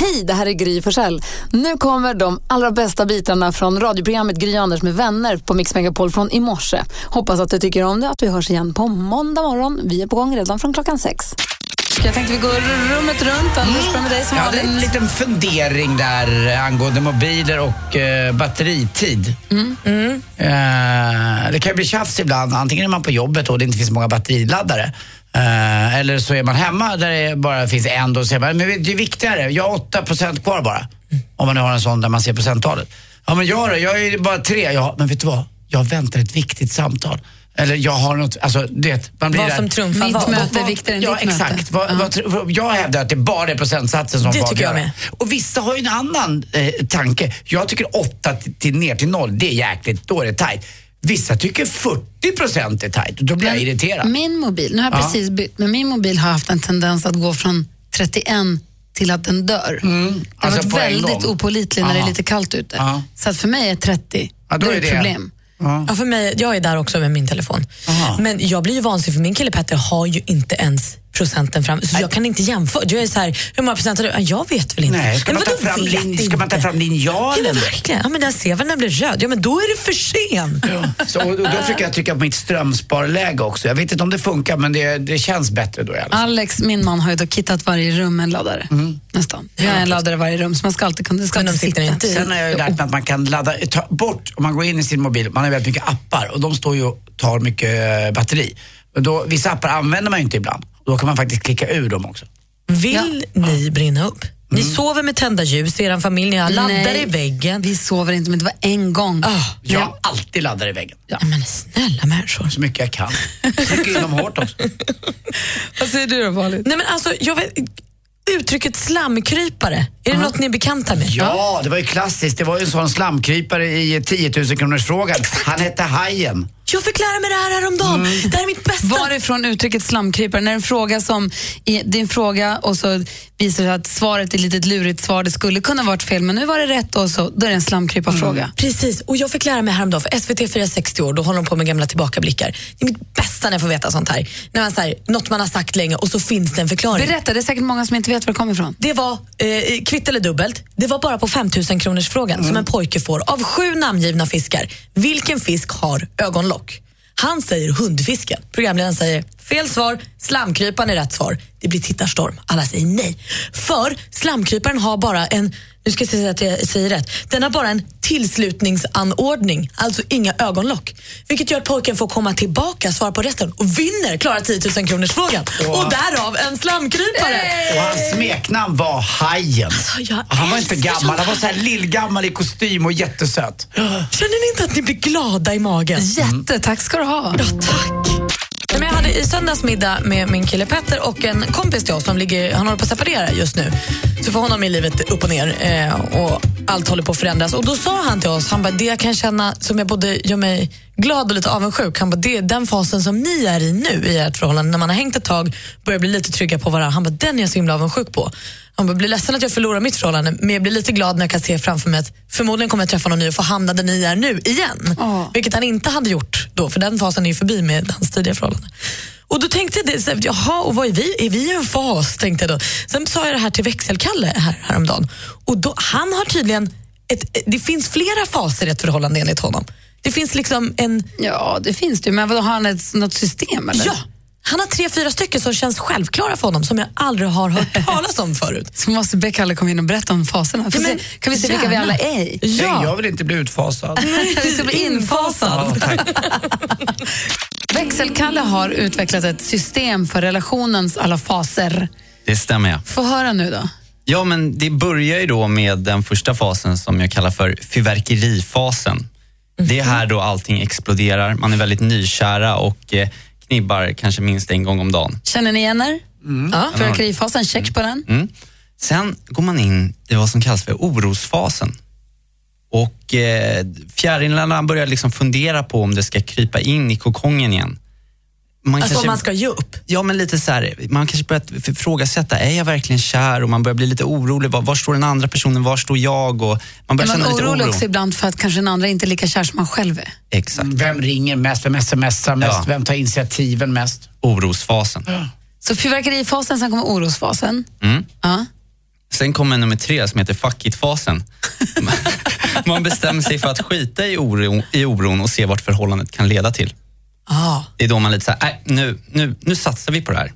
Hej, det här är Gry Forssell. Nu kommer de allra bästa bitarna från radioprogrammet Gry Anders med vänner på Mix Megapol från i morse. Hoppas att du tycker om det att vi hörs igen på måndag morgon. Vi är på gång redan från klockan sex. Mm. Jag tänkte vi går rummet runt. Anders, börjar med dig som Jag hade en vanligt. liten fundering där eh, angående mobiler och eh, batteritid. Mm. Mm. Eh, det kan ju bli tjafs ibland. Antingen är man på jobbet och det inte finns så många batteriladdare. Eh, eller så är man hemma där det bara finns en. Då säger man, men det är viktigare, jag har 8% kvar bara. Om man nu har en sån där man ser procenttalet. Ja men jag då, jag är ju bara tre. Ja, men vet du vad? Jag väntar ett viktigt samtal. Eller jag har något, alltså det, man blir Vad där- som trumfar Mitt vad. möte är vad- viktigare än ja, ditt möte. exakt. Vad, vad tr- för jag hävdar att det bara är procentsatsen som Det får tycker jag avgöra. med. Och vissa har ju en annan eh, tanke. Jag tycker 8 till, till, ner till 0, det är jäkligt, då är det tajt. Vissa tycker 40 procent är tajt, då blir jag irriterad. Min mobil, nu har jag Ja. precis bytt, men min mobil har haft en tendens att gå från 31 till att den dör. Det har Alltså på en varit väldigt gång. opålitlig när det är Aha. lite kallt ute. Ja. Så att för mig är 30, Ja, då det är är ett det. problem. Ja, för mig, jag är där också med min telefon. Aha. Men jag blir ju vansinnig för min kille Petter har ju inte ens procenten fram. Så jag kan inte jämföra. Jag är så här, hur många procent har du? Ja, Jag vet väl inte. Nej, ska, Men man ta, vadå fram vet lin, ska inte? man ta fram Ja, linjalen? men verkligen. Ja, men jag ser väl när den blir röd. Ja, men då är det för sent. Så, och då fick jag tycka på mitt strömsparläge också. Jag vet inte om det funkar, men det, det känns bättre då i alla fall. Alex, min man, har ju då kittat varje rum med en laddare. Nästan. Vi har en laddare i varje rum, så man ska alltid kunna... Det ska Mm. Men de alltid sitter sitta. inte i. Sen har jag ju lärt mig att man kan ladda ta bort, om man går in i sin mobil, man har väldigt mycket appar och de står ju och tar mycket eh, batteri. Och Då, vissa appar använder man ju inte ibland. Och Då kan man faktiskt klicka ur dem också. Vill ni brinna upp? Ni Mm. sover med tända ljus i er familj, ni har laddare Nej. i väggen. Vi sover inte, men det var en gång. Ah, Jag alltid laddar i väggen, ja. Men snälla människor. så mycket jag kan. Trycker in dem hårt också. Vad säger du då, Malin? Nej, men alltså, jag vet, uttrycket slamkrypare, är det något ni är bekanta med? Ja, det var ju klassiskt. Det var ju en sån slamkrypare i 10 000 kronors frågan. Han hette Hajen. Jag fick lära mig det här häromdagen. Mm. Det här är mitt bästa. Varifrån uttrycket slamkrypare? När en fråga som, i- det är en fråga och så visar det sig att svaret är ett litet lurigt svar, det skulle kunna varit fel, men nu var det rätt och så, då är det en slamkryparfråga. Precis, och jag fick lära mig häromdagen, för SVT firar 60 år, då håller de på med gamla tillbakablickar. Det är mitt bästa när jag får veta sånt här. När man, så här något man har sagt länge och så finns det en förklaring. Berätta, det är säkert många som inte vet var det kommer ifrån. det var eh, kvitt eller dubbelt. Det var bara på 5000 kronors frågan som en pojke får av sju namngivna fiskar. Vilken fisk har ögonlock? Han säger hundfisken. Programledaren säger fel svar, slamkryparen är rätt svar. Det blir tittarstorm. Alla säger nej. För slamkryparen har bara en, nu ska jag säga att jag säger rätt, den har bara en tillslutningsanordning, alltså inga ögonlock. Vilket gör att pojken får komma tillbaka, svara på resten och vinner, klarar 10 000 kronors frågan. Och därav en slamkrypare. Och hans smeknamn var Hajen. Alltså, jag Han var inte älskar gammal, sånt han var så här lillgammal i kostym och jättesöt. Känner ni inte att ni blir glada i magen? Jätte, tack ska du ha. tack. Men jag hade i söndags middag med min kille Petter och en kompis till oss som ligger, han håller på att separera just nu. Så för honom är livet upp och ner eh, och allt håller på att förändras. Och då sa han till oss, han bara, det jag kan känna som jag både gör mig glad och lite avundsjuk, han bara, det är den fasen som ni är i nu i ert förhållande, när man har hängt ett tag, börjar bli lite trygga på varandra. Han bara, den är jag så himla avundsjuk på. Han bara, blir ledsen att jag förlorar mitt förhållande, men jag blir lite glad när jag kan se framför mig att förmodligen kommer jag träffa någon ny och få hamna där ni är nu igen. Ja. Vilket han inte hade gjort då, för den fasen är ju förbi med hans tidigare förhållande. Och då tänkte jag, det, så här, jaha, och vad är vi? Är vi i en fas? Tänkte jag då. Sen sa jag det här till växelkalle här, häromdagen. Och då, han har tydligen, ett, det finns flera faser i ett förhållande enligt honom. Det finns liksom en, Ja, det finns det ju, men vadå, har han ett, något system eller? ja, han har tre, fyra stycken som känns självklara för honom, som jag aldrig har hört talas om förut. Så måste Beckalle komma in och berätta om faserna. Får Ja, men se, kan vi se vilka vi gärna. alla är i? Nej, Ja, Jag vill inte bli utfasad. Vi ska bli infasad. Ja, tack. Växelkalle har utvecklat ett system för relationens alla faser. Det stämmer ja. Få höra nu då. Ja, men det börjar ju då med den första fasen som jag kallar för fyrverkerifasen. Mhm. Det är här då allting exploderar, man är väldigt nykära och eh, knibbar kanske minst en gång om dagen. Känner ni igen er? Ja, fyrverkerifasen, check på den. Mm. Sen går man in i vad som kallas för orosfasen. Och eh, fjärilarna börjar liksom fundera på om det ska krypa in i kokongen igen. Man Alltså om kanske- man ska ge upp. Ja, men lite så här, man kanske börjar ifrågasätta, är jag verkligen kär? Och man börjar bli lite orolig, var, var står den andra personen, var står jag? Och man Är börjar man känna lite orolig oro. också Mm. ibland för att kanske den andra inte är lika kär som man själv är? Exakt, Mm. Vem ringer mest? Vem smsar mest? Ja. Vem tar initiativen mest? orosfasen. Mm. Så fyrverkerifasen, sen kommer orosfasen. Mm. Ja. Sen kommer nummer tre som heter fuck it-fasen. man bestämmer sig för att skita i, oro, i oron och se vart förhållandet kan leda till. Ja. Det är då man lite så här, "Nej, nu, nu, nu satsar vi på det här.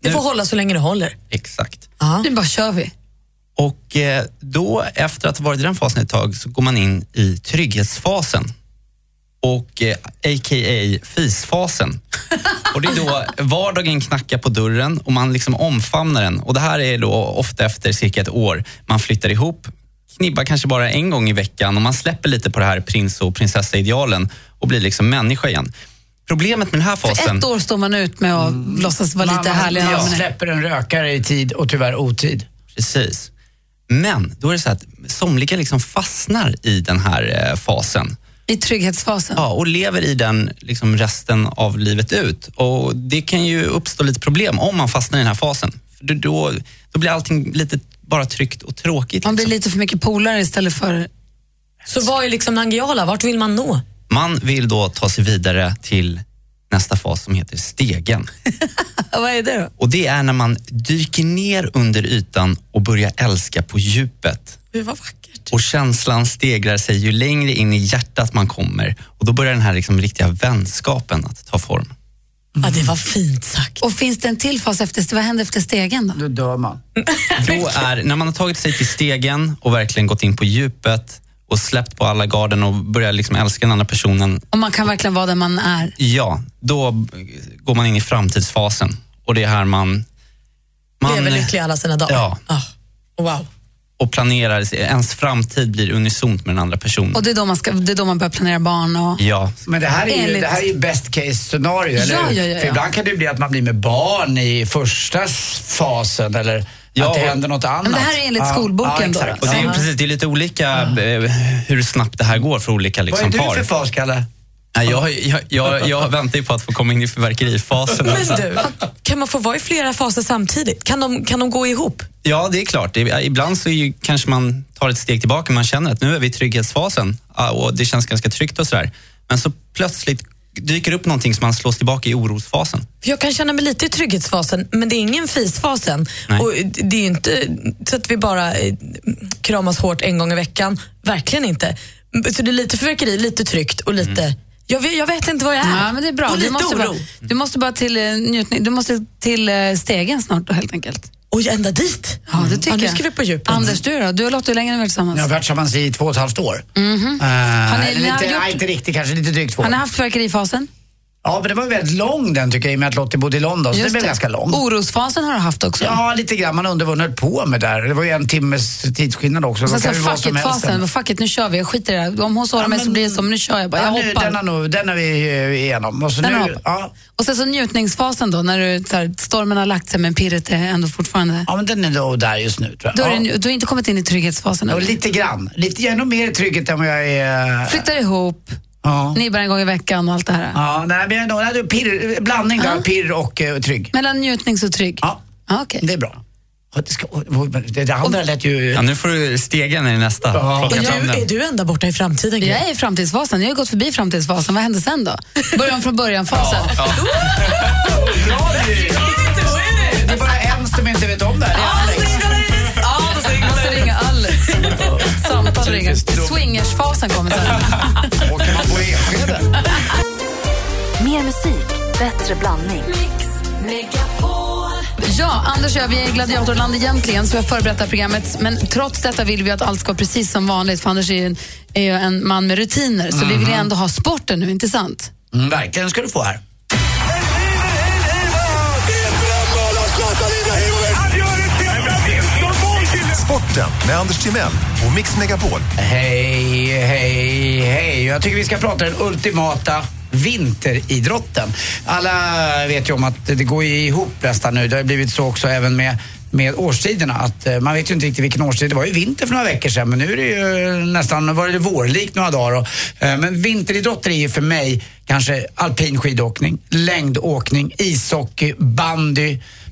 Det får Nu- hålla så länge det håller. Exakt. Ja. Nu bara kör vi. Och eh, då, efter att ha varit i den fasen ett tag, så går man in i trygghetsfasen. Och eh, a.k.a. fisfasen. Och det är då vardagen knackar på dörren och man liksom omfamnar den. Och det här är då ofta efter cirka ett år. Man flyttar ihop, knibbar kanske bara en gång i veckan och man släpper lite på det här prins och prinsessa-idealen och blir liksom människa igen. Problemet med den här För fasen... Mm. ett år står man ut med att låtsas vara lite härlig. man, Ja. man släpper en rökare i tid och tyvärr otid. Precis. Men då är det så att somliga liksom fastnar i den här eh, fasen. I trygghetsfasen. Ja, och lever i den liksom resten av livet ut. Och Det kan ju uppstå lite problem om man fastnar i den här fasen. För då- då, då blir allting lite bara tryggt och tråkigt. Man blir liksom. lite för mycket polare istället för... Så vad är liksom Nangijala? Vart vill man nå? liksom. Man vill då ta sig vidare till nästa fas som heter stegen. Vad är det då? Och Det är när man dyker ner under ytan och börjar älska på djupet. Gud, vad vackert. Och känslan stegrar sig ju längre in i hjärtat man kommer och då börjar den här liksom riktiga vänskapen att ta form. Ja, det var fint sagt. Och finns det en till fas efter, vad händer efter stegen då? Då dör man. Då är, när man har tagit sig till stegen och verkligen gått in på djupet och släppt på alla garden och börjar liksom älska den andra personen, Och man kan verkligen vara där man är. ja, då eh, går man in i framtidsfasen. Och det är här man, man Lever lycklig alla sina dagar. Ja. Wow. och planerar, ens framtid blir unisont med den andra personen. Och det är då man, ska, det är då man börjar planera barn och... Äh! Ja, Men det här är ju, Enligt- det här är ju best case scenario, eller Ja, hur? ja, ja, ja. För ibland kan det ju bli att man blir med barn i första s- fasen eller Ja, att det och- händer något annat. Men det här är enligt skolboken ja, då, exakt. och det är, ju Ja. precis, det är lite olika eh, hur snabbt det här går för olika Vad liksom, är du par. för fas, Kalle? Nej, jag, jag, jag, jag väntar ju på att få komma in i fyrverkerifasen. alltså. Men du, kan man få vara i flera faser samtidigt? Kan de, kan de gå ihop? Ja, det är klart. I- Ibland så är ju, kanske man tar ett steg tillbaka. Man känner att nu är vi i trygghetsfasen ah, och det känns ganska tryggt och sådär. Men så plötsligt dyker upp någonting som man slås tillbaka i orosfasen. För jag kan känna mig lite i trygghetsfasen, men det är ingen fisfas än. Nej. Och det är ju inte så att vi bara eh, kramas hårt en gång i veckan. Verkligen inte. M- Så det är lite fyrverkeri, lite tryggt och lite... Mm. Jag, vet, jag vet inte vad jag är. Ja, men det är bra. Och Du lite måste, oro. bara, du måste bara till eh, njutning, du måste till eh, stegen snart då, helt enkelt. Och ända dit. Ja, det tycker nu jag. Mm. ska vi på djupet. Anders, du då? Du och Lotta, hur länge har ni varit tillsammans? Ni har varit tillsammans i två och ett halvt år. Eh, ni- eller ni har inte, gjort- nej, inte riktigt, kanske lite drygt två. Har ni haft fyrverkerifasen? Ja, men det var ju väldigt lång den tycker jag i och med att Lottie bodde i London, så det Just blev ganska lång. Orosfasen har du haft också. Ja, lite grann. Man undrar vad hon höll på med där. Det var ju en timmes tidsskillnad också. Och Då sen kan så det vara fuck som helst. it-fasen. Fuck it, nu kör vi. Jag skiter i det här. Om hon sårar Ja, mig så men- blir det så, men nu kör jag bara. Jag Ja, nu, den, hoppar. har nog, den har vi eh, igenom. Och så Den har nu, hoppat. ja, Och sen så njutningsfasen då, när du, så här, stormen har lagt sig men pirret är ändå fortfarande... ja, men den är då där just nu tror Då jag. är Ja. det, nj- du har inte kommit in i trygghetsfasen Ja, än. lite grann. Lite, jag är nog mer i trycket än vad jag är... eh, Flyttar ihop, Ja. nibbar en gång i veckan och allt det här. ja nej, men jag är nog, nej, det är pirr, blandning där, pirr och eh, trygg. Mellan njutnings och trygg? Ja, Ja, okej. det är bra. Ja, Det, ska, oj, men det, det andra lät ju... Ja, nu får du stegen i nästa. Ja. Plocka är, fram du, är den. du ända borta i framtiden? Gry? Jag är i framtidsfasen. Jag har ju gått förbi framtidsfasen. Vad hände sen då? Börjar om från början-fasen. Det är bara en som inte vet om det här. Det är Alex. Måste ringa Alex. Samtal ringer. Swingersfasen kommer sen. Åker man på Enskede? Mer musik, bättre blandning. Ja, Anders och jag, vi är i Gladiatorland egentligen, så vi har förberett det här programmet. Men trots detta vill vi att allt ska vara precis som vanligt, för Anders är ju en, är ju en man med rutiner. Så Mhm. vi vill ju ändå ha sporten nu, inte sant? Mm, verkligen ska du få här. Sporten med Anders Timell och Mix Megapol. Hej, hej, hej. Jag tycker vi ska prata den ultimata vinteridrotten. Alla vet ju om att det går ju ihop nästan nu. Det har ju blivit så också även med med årstiderna. Att, eh, man vet ju inte riktigt vilken årstid. Det var ju vinter för några veckor sedan men nu är det ju nästan var det vårlikt några dagar. Och, eh, men vinteridrotter är ju för mig kanske alpin skidåkning, längdåkning, ishockey, bandy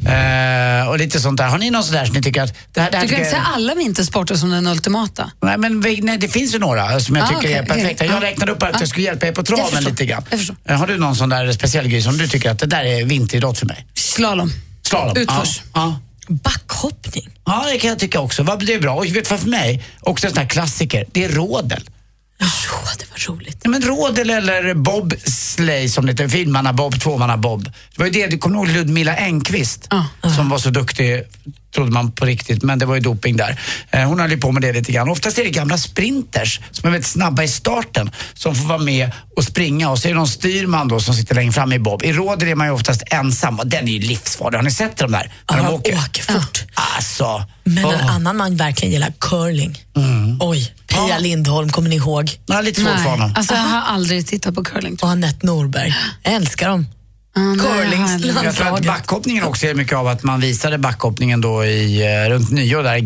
eh, och lite sånt där. Har ni någon sån där som ni tycker att det här, det här Du kan tycker inte jag- säga alla vintersporter som den ultimata. Nej, men vi- nej, det finns ju några som jag Ah, tycker okej, är perfekta. okej. Jag Ah. räknade upp att Ah. jag skulle hjälpa er på Jag traven förstår. lite grann. Jag förstår. Eh, Har du någon sån där speciell grej som du tycker att det där är vinteridrott för mig? Slalom. Slalom? Utförs. Ja. ja. Backhoppning. Ja, det kan jag tycka också. Vad- Det är bra. Och vet du vad för mig? Också en sån här klassiker. Det är rådel. Oh, det var roligt. Ja, men rådel eller bobsleigh som det heter. Finmannabob, tvåmannabob. Det var ju det, du kommer ihåg Ludmilla Engqvist som var så duktig, trodde man på riktigt, men det var ju doping där. Eh, Hon höll ju på med det lite grann. Oftast är det gamla sprinters som är väldigt snabba i starten som får vara med och springa och så är det någon styrman då som sitter längre fram i bob. I rådel är man ju oftast ensam och den är ju livsfarlig. Har ni sett dem där? Ja, När de de åker? åker fort. Alltså. Men åh. en annan man verkligen gillar curling. Oj, Pia Lindholm, kommer ni ihåg? Ja, lite svårt för honom. Alltså, jag har aldrig tittat på curling. Och Anette Norberg. Jag älskar dem. Mm, det har jag aldrig. Jag tror att Curlingslandslaget. backhoppningen också är mycket av att man visade backhoppningen då i, eh, runt nyår där i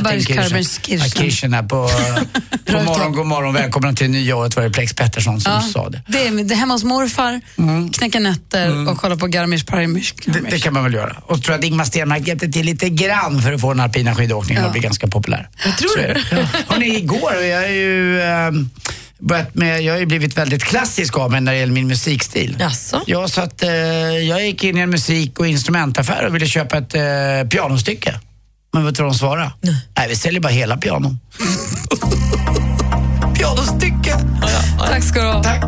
Garmisch-Partenkirchen. Garmisch-Partenkirchen. där på, eh, god morgon, god morgon, välkomna till nya året var det Plex Pettersson som Ja, sa det. Mm. Det är, det är hemma hos morfar, knäcka nötter och kolla på Garmisch Parmisch. det. Det kan man väl göra. Och tror att Ingmar Stenmark hjälpte till lite grann för att få den alpina skidåkningen att bli ganska populär. Jag tror det. Ja. Hörrni, igår, jag har ju eh, börjat med, jag har ju blivit väldigt klassisk av mig när det gäller min musikstil. Jaså? Ja, så att eh, jag gick in i en musik och instrumentaffär och ville köpa ett eh, pianostycke. Men vet du vad de svarade? Nej. vi säljer bara hela pianon. pianostycke! Tack ska du ha. Tack.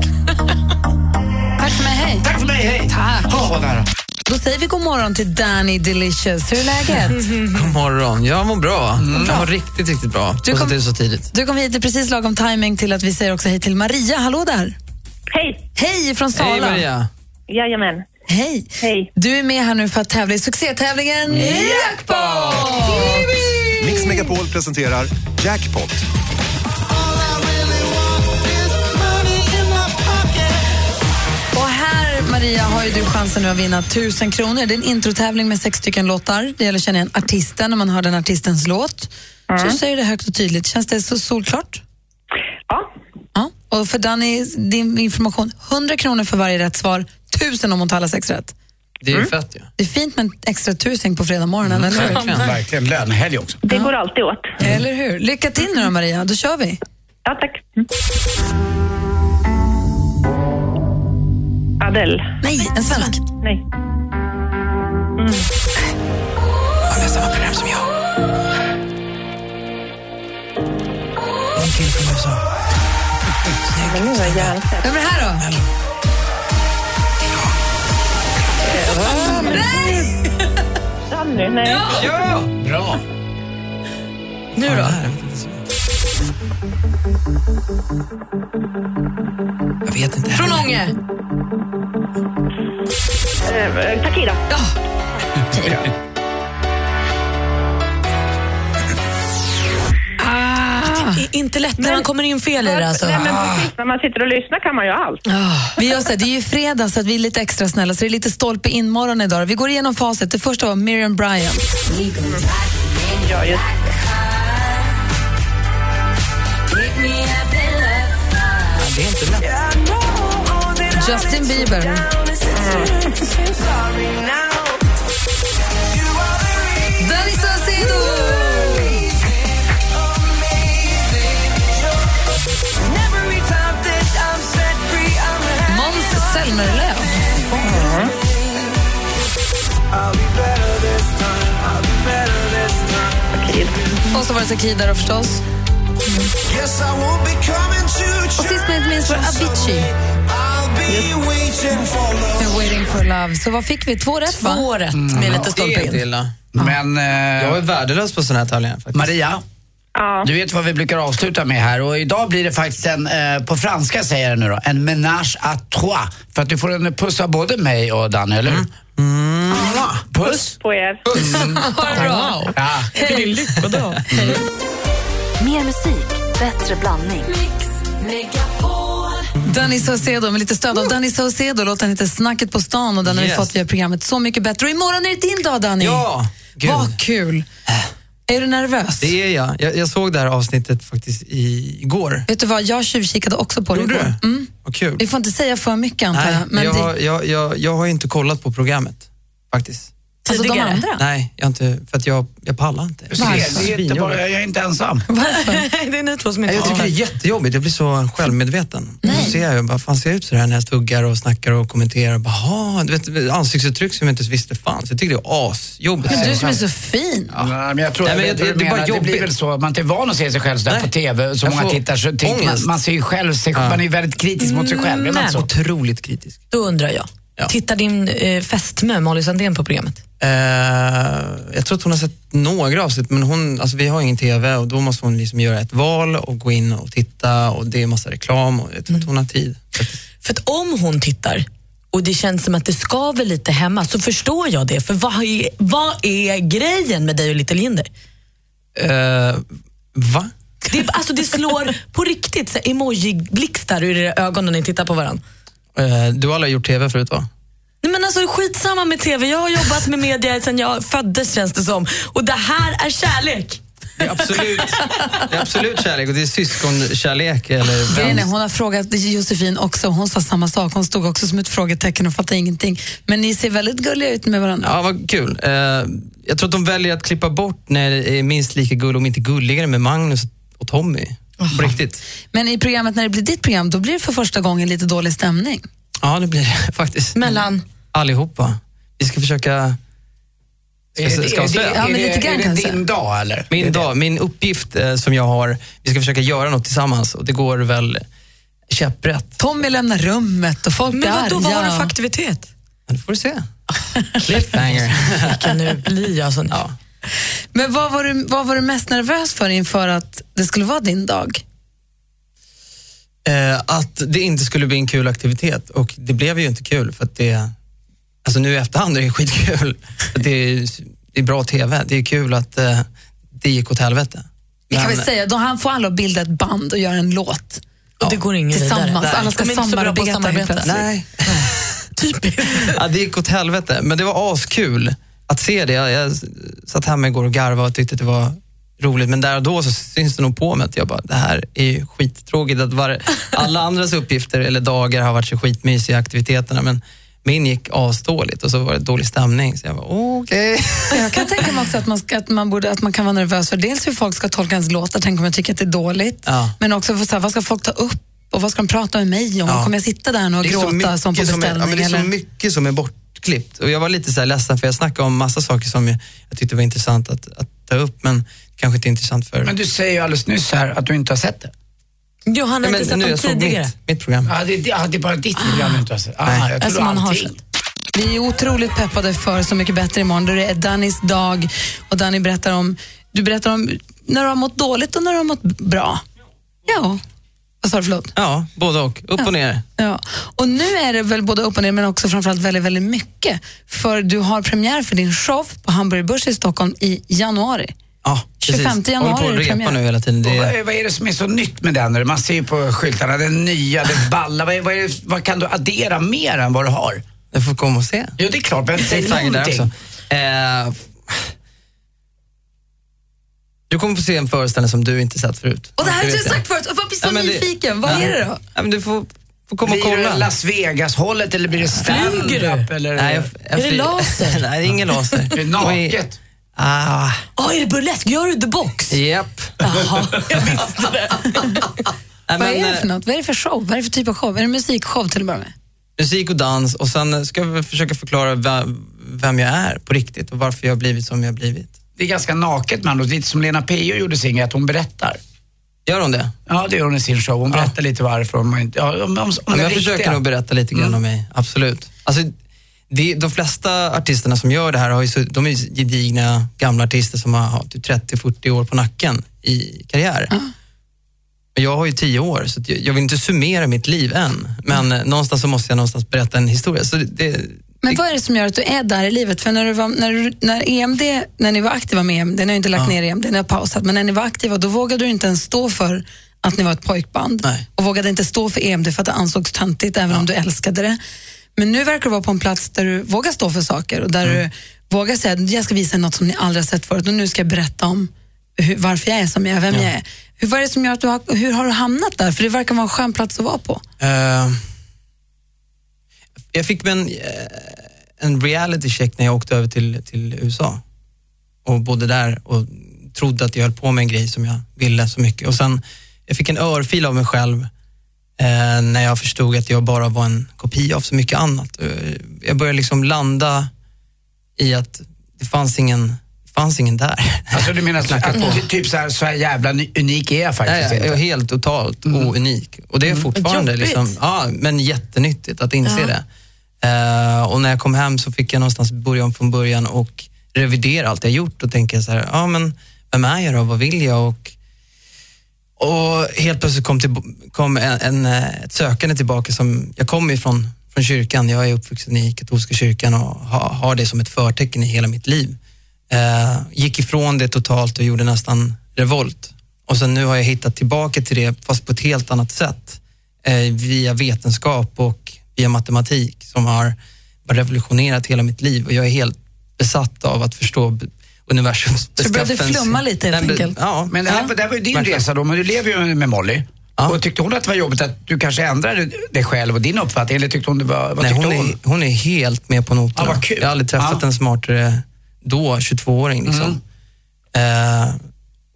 Tack för mig, hej. Tack för mig, hej! Tack! vad nära. Då säger vi god morgon till Danny Delicious. Hur är läget? God morgon. Jag mår bra. Jag mår riktigt, riktigt bra. Mm. Du Och så kom- att det är så tidigt. Du kom hit i precis lagom timing till att vi säger också hej till Maria. Hallå där! Hej! Hej från Sala! Hej Maria. Jajamän. Hej. Hej. Du är med här nu för att tävla i succétävlingen Jackpot! Mix Megapol presenterar Jackpot. Och här, Maria, har ju du chansen nu att vinna 1000 kronor. Det är en introtävling med sex stycken låtar. Det gäller att känna igen artisten. När man hör den artistens låt så säger du det högt och tydligt. Känns det så solklart? Ja, Ja. Och för Danny, din information, 100 kronor för varje rätt svar. 1000 om hon tar alla sex rätt. Det är Mm. ju fett ju. Det är fint med en extra tusing på fredag morgonen, eller hur? Verkligen. Verkligen, lönehelg också. det går alltid åt. Eller hur? Lycka till nu då, Maria. Då kör vi. Ja, tack. Adele. Nej, en svensk. Nej. Vem är det här då? Danny. Nej. Ja! Bra. Nu då? Jag vet inte. Från Ånge. Eh, Takida. I- Inte lätt när man kommer in fel i det. Alltså. Nej, men precis. När man sitter och lyssnar kan man ju allt. Vi gör så här, det är ju fredag så att vi är lite extra snälla så det är lite stolpe in morgon idag. Vi går igenom facit. Det första var Miriam Bryant. Ja, just. Justin Bieber. Danny Saucedo! Måns Zelmerlöw. Och så var det Sakida då förstås. Och sist men inte minst var det Avicii. Med Waiting for love. Så vad fick vi? Två rätt va? Två rätt med lite Det stolpe är inte in. illa. Men eh, Jag är värdelös på såna här tävlingar faktiskt. Maria, Ja. Du vet vad vi brukar avsluta med här och idag blir det faktiskt en, eh, på franska säger jag det nu då, en ménage à trois. För att du får en puss av både mig och Danny, eller hur? Ah, Puss! På er. Ha det bra. Ja. Mm. Mer musik, bättre blandning. Danny Saucedo med lite stöd av Danny Saucedo. Låten heter Snacket på stan och den har vi Yes. fått via programmet Så mycket bättre. Och imorgon är det din dag, Danny. Ja! Gud. Äh. Vad kul. Är du nervös? Det är jag. jag. Jag såg det här avsnittet faktiskt i- igår. Vet du vad, jag tjuvkikade också på det Gjorde igår. Mm. Vad kul. Vi får inte säga för mycket antar Nej, jag. Men jag, det, har- jag, jag, jag har ju inte kollat på programmet faktiskt. Alltså de Tidigare? andra? Nej, jag har inte, för att jag, jag pallar inte. Du ser, det är inte bara- jag är inte ensam. Varför? det är ni två som inte Nej, jag tycker det är jättejobbigt, jag blir så självmedveten. Nej. Då ser jag, ju, vad fan ser jag ut så här när jag tuggar och snackar och kommenterar? Bara, "Ha", du vet, ansiktsuttryck som jag inte ens visste fanns. Jag tycker det är asjobbigt. Men du som är så fin. Ja, men jag tror Nej, men jag vet jag- vad du det är menar. bara Det blir jobbigt. väl så, man är inte van att se sig själv sådär Nej. på TV, så Jag många får tittar. Så tänker man, ångest. man ser ju själv sig, Ja. Mm. man är ju väldigt kritisk mot sig själv. Är man Men- inte så? Otroligt kritisk. Då undrar jag, tittar din eh, fästmö Molly Sandén på programmet? Eh, jag tror att hon har sett några avsnitt, men hon, alltså vi har ingen TV och då måste hon liksom göra ett val och gå in och titta och det är massa reklam och jag tror inte hon har tid. För att om hon tittar och det känns som att det skaver lite hemma så förstår jag det. För vad är, vad är grejen med dig och Little Jinder? Eh, va? Det, är- alltså det slår på riktigt så här emoji-blixtar ur era ögon när ni tittar på varandra. Eh, du har aldrig gjort TV förut va? Nej, men alltså, skitsamma med TV. Jag har jobbat med media sedan jag föddes känns det som. Och det här är kärlek. Det är absolut, det är absolut kärlek och det är syskonkärlek eller Grejen är, vän. hon har frågat Josefin också, hon sa samma sak. Hon stod också som ett frågetecken och fattade ingenting. Men ni ser väldigt gulliga ut med varandra. Ja, vad kul. Eh, jag tror att de väljer att klippa bort när det är minst lika gullig, om inte gulligare, med Magnus och Tommy. På riktigt. Men i programmet, när det blir ditt program, då blir det för första gången lite dålig stämning. Ja, det blir det faktiskt. Mellan? Allihopa. Vi ska försöka... Ska, Är det- ska är det- avslöja. Ja, men är det- lite grann är det kanske. din dag, eller? Min dag, min uppgift eh, som jag har. Vi ska försöka göra något tillsammans och det går väl käpprätt. Tommy lämnar rummet och folk Men vadå, blir vad arga. har du för aktivitet? Ja, det får du se. Cliffhanger. Vilken nu blir alltså. Ja. Men vad var, du, vad var du mest nervös för inför att det skulle vara din dag? Eh, att det inte skulle bli en kul aktivitet och det blev ju inte kul för att det, alltså nu i efterhand är det skitkul. För att det, är, det är bra TV, det är kul att eh, det gick åt helvete. Vi kan Men- väl säga, då han får alla bilda ett band och göra en låt. Och det går ingen Tillsammans, vidare. alla ska De är inte så bra på att samarbeta, helt plötsligt. samarbeta. Nej. Typ. Typiskt. Ja, det gick åt helvete, men det var askul att se det. Jag, jag satt hemma igår och garvade och tyckte att det var roligt, men där och då så syns det nog på mig att jag bara, det här är ju skittråkigt. Att var, alla andras uppgifter eller dagar har varit så skitmysiga aktiviteterna, men min gick asdåligt och så var det dålig stämning. Så jag bara, okej. Jag kan tänka mig också att man, ska, att, man borde, att man kan vara nervös för dels hur folk ska tolka ens låtar, tänk om jag typ tycker att det är dåligt. Ja. Men också för så här, vad ska folk ta upp och vad ska de prata med mig om? Ja. Kommer jag sitta där nu och Det är gråta så mycket som på är, beställning? ja, men det är så eller? mycket som är bortklippt. Och jag var lite så här ledsen för jag snackade om massa saker som jag, jag tyckte var intressant att, att ta upp, men kanske inte intressant för... Men du säger ju alldeles nyss här att du inte har sett det. Jo, han har Nej, men inte sett nu, dem jag såg tidigare. mitt, mitt program. Ja, det, det, ja, det är bara ditt program du inte har sett. Ah, jag Alltså, tror man har allting. Vi är otroligt peppade för Så mycket bättre imorgon då det är Dannys dag och Danny berättar om, du berättar om när du har mått dåligt och när du har mått bra. Ja, vad sa du förlåt? Ja, både och. Upp och ner. Ja. Och nu är det väl både upp och ner men också framförallt väldigt, väldigt mycket. För du har premiär för din show på Hamburger Börs i Stockholm i januari. Ja, precis. 25 Jag håller januari är det på att repa premiär. nu hela tiden. Och Det Vad, är, är- vad är det som är så nytt med den? Man ser ju på skyltarna, det nya, det balla. Vad, är, vad, är, vad kan du addera mer än vad du har? jag får komma och se. Jo, det är klart, men säg Cliffhanger där också. någonting. Eh, du kommer få se en föreställning som du inte sett förut. Och det här Det har vet jag jag. sagt förut, och jag blir så Ja, men det- nyfiken. Vad Ja. är det då? Ja, men du får, får komma och Blir kolla. det Las Vegas-hållet eller blir det stand-up? Eller, Nej, jag, jag, Är det laser? Nej, det är ingen laser. Är det naket? Ah, Åh, är det burlesk? Gör du the box? japp. Jaha, jag visste det. Nej, Vad är men, det för eh, något? Vad är det för show? Vad är det för typ av show? Är det musikshow till att börja med? Musik och dans och sen eh, ska vi försöka förklara vem, vem jag är på riktigt och varför jag har blivit som jag har blivit. Det är ganska naket man, lite som Lena Pio gjorde i singeln, att hon berättar. Gör hon det? Ja, det gör hon i sin show. Hon berättar lite varför. Om man inte, ja, om, om, om Ja, det men riktiga. jag Mm. försöker nog berätta lite grann om mig, absolut. Alltså, det, de flesta artisterna som gör det här har ju, sutt- de är ju gedigna gamla artister som har haft 30-40 år på nacken i karriär. Men jag har ju 10 år, så att jag, jag vill inte summera mitt liv än. Men Mm. eh, någonstans så måste jag någonstans berätta en historia. Så det, det, Men vad är det som gör att du är där i livet? För när, du var, när, du- när EMD, när ni var aktiva med EMD, ni har ju inte lagt ner EMD, ni har pausat, men när ni var aktiva då vågade du inte ens stå för att ni var ett pojkband Nej. och vågade inte stå för EMD för att det ansågs töntigt även om du älskade det. Men nu verkar du vara på en plats där du vågar stå för saker och där du våga säga att jag ska visa er något som ni aldrig har sett förut och nu ska jag berätta om hur, varför jag är som jag är, vem jag är. Hur, vad är det som gör att du har, hur har du hamnat där? För det verkar vara en skön plats att vara på. Eh, jag fick en, eh, en reality check när jag åkte över till, till USA och bodde där och trodde att jag höll på med en grej som jag ville så mycket. Och sen, jag fick en örfil av mig själv eh, när jag förstod att jag bara var en kopia av så mycket annat. Eh, Jag började liksom landa i att det fanns ingen, det fanns ingen där. Alltså du menar Knacka på. att, ty- typ så här, så här jävla ny- unik är jag faktiskt Nej, jag är inte. Mm. helt totalt ounik. Och det är fortfarande Jobbigt. liksom, ja, men jättenyttigt att inse Ja. det. Eh, och när jag kom hem så fick jag någonstans börja om från början och revidera allt jag gjort och tänka så här, ja men vem är jag då, vad vill jag och och helt plötsligt kom, till, kom en, en, eh, ett sökande tillbaka som, jag kommer ju från, från kyrkan, jag är uppvuxen i katolska kyrkan och ha, har det som ett förtecken i hela mitt liv. Eh, gick ifrån det totalt och gjorde nästan revolt. Och sen nu har jag hittat tillbaka till det fast på ett helt annat sätt. Eh, via vetenskap och via matematik som har revolutionerat hela mitt liv och jag är helt besatt av att förstå b- universums Så du började beskaffens- flumma lite helt Den be- enkelt? Ja. Men det här, det här var ju din Verkligen. resa då, men du lever ju med Molly. Och tyckte hon att det var jobbigt att du kanske ändrade dig själv och din uppfattning? Eller tyckte hon det var... Vad Nej, tyckte hon, är, hon är helt med på noterna. Ah, vad kul. Jag har aldrig träffat Ja. en smartare då, 22-åring. Liksom. Mm. Eh,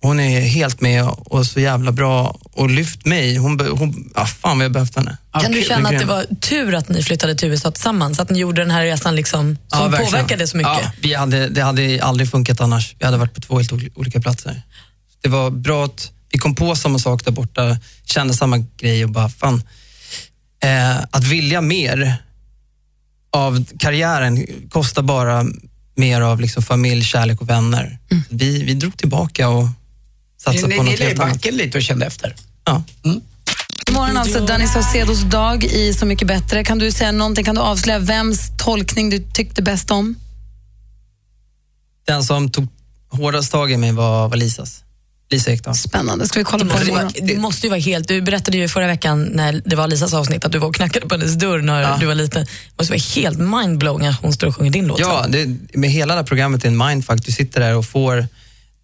hon är helt med och så jävla bra och lyft mig. Hon, be- hon, ah, fan vad jag behövt henne. Ah, Kan du Hon är känna att det grym. var tur att ni flyttade till USA tillsammans? Att ni gjorde den här resan liksom, Ja, som verkligen. påverkade så mycket? Ja, vi hade, det hade aldrig funkat annars. Vi hade varit på två helt ol- olika platser. Det var bra att vi kom på samma sak där borta, kände samma grej och bara fan. Eh, att vilja mer av karriären kostar bara mer av liksom familj, kärlek och vänner. Mm. Vi, vi drog tillbaka och satsade Ni- på ni något la i helt annat. backen lite och kände efter. Ja. Imorgon alltså Danny Saucedos dag i Så mycket bättre. Kan du säga någonting? Kan du avslöja vems tolkning du tyckte bäst om? Den som tog hårdast tag i mig var, var Lisas. Lisa Ekdahl. Spännande, ska vi kolla Det på måste, det ju vara, det måste ju vara helt... Du berättade ju förra veckan när det var Lisas avsnitt att du var och knackade på hennes dörr när du var liten. Det måste vara helt mindblowing att hon står och sjunger din låt. Ja, det, med hela det här programmet är en mindfuck. Du sitter där och får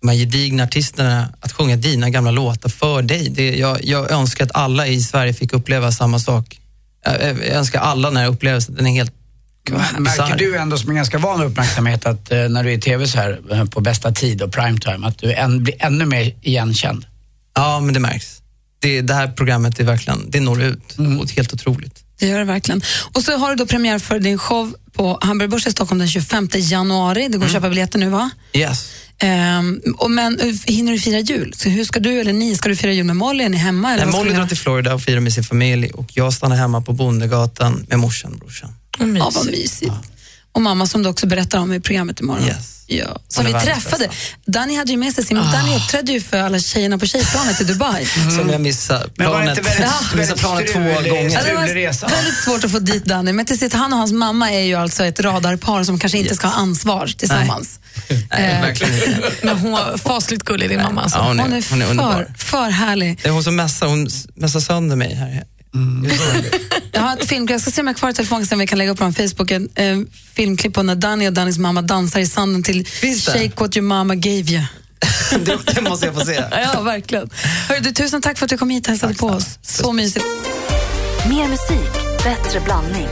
de här gedigna artisterna att sjunga dina gamla låtar för dig. Det, jag, jag önskar att alla i Sverige fick uppleva samma sak. Jag, jag önskar alla den här upplevelsen. Den är helt Märker bizarr. du ändå som är ganska van uppmärksamhet att eh, när du är i tv så här eh, på bästa tid och primetime att du än, blir ännu mer igenkänd? Ja, men det märks. Det, det här programmet är verkligen, det når ut. Mm. Och det är helt otroligt. Det gör det verkligen. Och så har du då premiär för din show på Hamburg Börs i Stockholm den 25 januari. Det går Mm. att köpa biljetter nu va? Yes. Ehm, och men eh, hinner du fira jul? Så hur ska du eller ni, ska du fira jul med Molly? Är ni hemma? Eller Nej, vad ska Molly ni drar göra? till Florida och firar med sin familj och jag stannar hemma på Bondegatan med morsan och brorsan. Ja, vad mysigt. Och mamma som du också berättar om i programmet imorgon. Yes. Ja, som Hon är vi världens Ah. träffade. Danny hade ju med sig sin... Danny uppträdde ju för alla tjejerna på tjejplanet i Dubai. Som jag missar Mm. Men var det planet, inte väldigt- missar väldigt planet två strulig- gånger. Ja, det var Trevlig resa. väldigt svårt att få dit Danny, men till sist, han och hans mamma är ju alltså ett radarpar som kanske inte ska ha ansvar tillsammans. Eh, Nej, verkligen inte. Men hon var fasligt gullig din mamma. Alltså. Ja, hon är- Hon är, hon är underbar. för, för härlig. Det är hon som mässar, hon s- mässar sönder mig här. Jag har ett filmklipp, jag ska se om jag har kvar i telefonen sen vi kan lägga upp på Facebook, en eh, filmklipp på när Danny och Dannys mamma dansar i sanden till Finns det? Shake what your mama gave you. det, det måste jag få se. Ja, verkligen. Hörru, du, tusen tack för att du kom hit och hälsade på oss. Så mysigt. Mer musik, bättre blandning.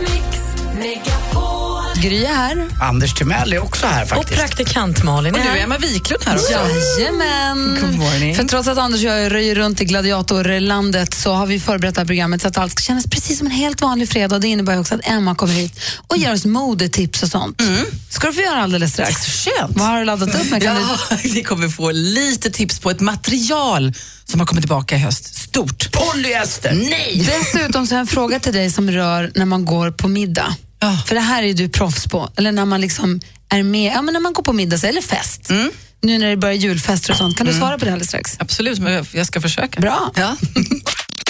Gry är här. Anders Timell är också här Och faktiskt. praktikant Malin är Och du är här. Emma Wiklund här också. Jajamän. Good morning. För trots att Anders och jag röjer runt i gladiatorlandet så har vi förberett det här programmet så att allt ska kännas precis som en helt vanlig fredag. Det innebär ju också att Emma kommer hit och ger oss modetips och sånt. ska du få göra alldeles strax. Skönt. Vad har du laddat upp med? Kan du- Ja, ni kommer få lite tips på ett material som har kommit tillbaka i höst. Stort. Polyester! Nej! Dessutom så har jag en fråga till dig som rör när man går på middag. För det här är ju du proffs på. Eller när man liksom är med, ja men när man går på middag så- eller fest. Nu när det börjar julfester och sånt. Kan du svara på det alldeles strax? Absolut, men jag- jag ska försöka. Bra. Ja.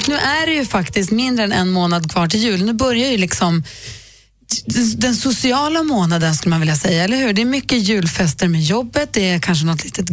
Nu är det ju faktiskt mindre än en månad kvar till jul. Nu börjar ju liksom den sociala månaden skulle man vilja säga, eller hur? Det är mycket julfester med jobbet, det är kanske något litet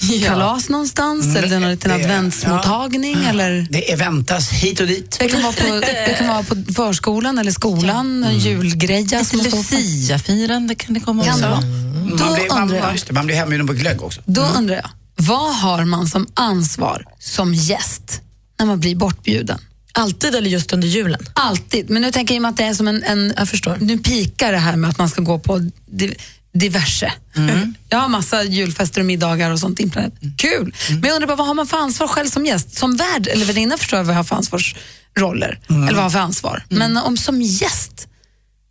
glöggkalas någonstans eller Mm. det är någon liten det- adventsmottagning eller... Det är väntas hit och dit. Det kan vara på, det kan vara på förskolan eller skolan, en julgreja. som man står på. Luciafirande kan det komma Kan det vara. Man blir, man, undrar jag. man, just det, man blir hembjuden på glögg också. Då undrar jag, vad har man som ansvar som gäst när man blir bortbjuden? Alltid eller just under julen? Alltid, men nu tänker jag i och med att det är som en... en jag förstår. Nu pikar det här med att man ska gå på di, diverse. Mm. Jag har massa julfester och middagar och sånt inplanerat. Kul! Mm. Men jag undrar bara, vad har man för ansvar själv som gäst? Som värd eller värdinna förstår jag vad jag har för ansvarsroller. Mm. Eller vad jag har för ansvar. Men eh, om som gäst,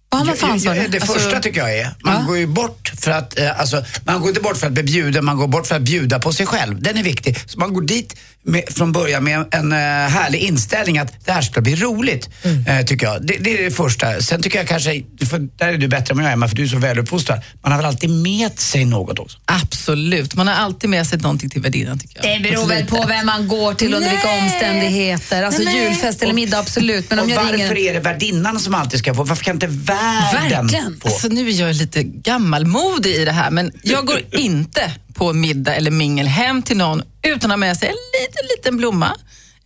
vad har man för Ja, ansvar? ja, ja, det Alltså- första tycker jag är, man går ju bort för att, eh, alltså, man går inte bort för att bli bjuden, man går bort för att bjuda på sig själv. Den är viktig. Så man går dit med, från början med en, en eh, härlig inställning att det här ska bli roligt, eh, tycker jag. Det, det är det första. Sen tycker jag kanske, för där är du bättre än vad jag är Emma, för du är så väluppfostrad. Man har väl alltid med sig något också? Absolut, man har alltid med sig någonting till värdinnan tycker jag. Det beror väl på vem man går till under vilka Nej. omständigheter. Alltså Nej, nej. julfest eller middag, absolut. Men och om jag varför ringer... är det värdinnan som alltid ska få? Varför kan inte världen få? Alltså, nu är jag lite gammalmodig i det här, men jag går inte på middag eller mingel hem till någon utan att ha med sig en liten, liten blomma.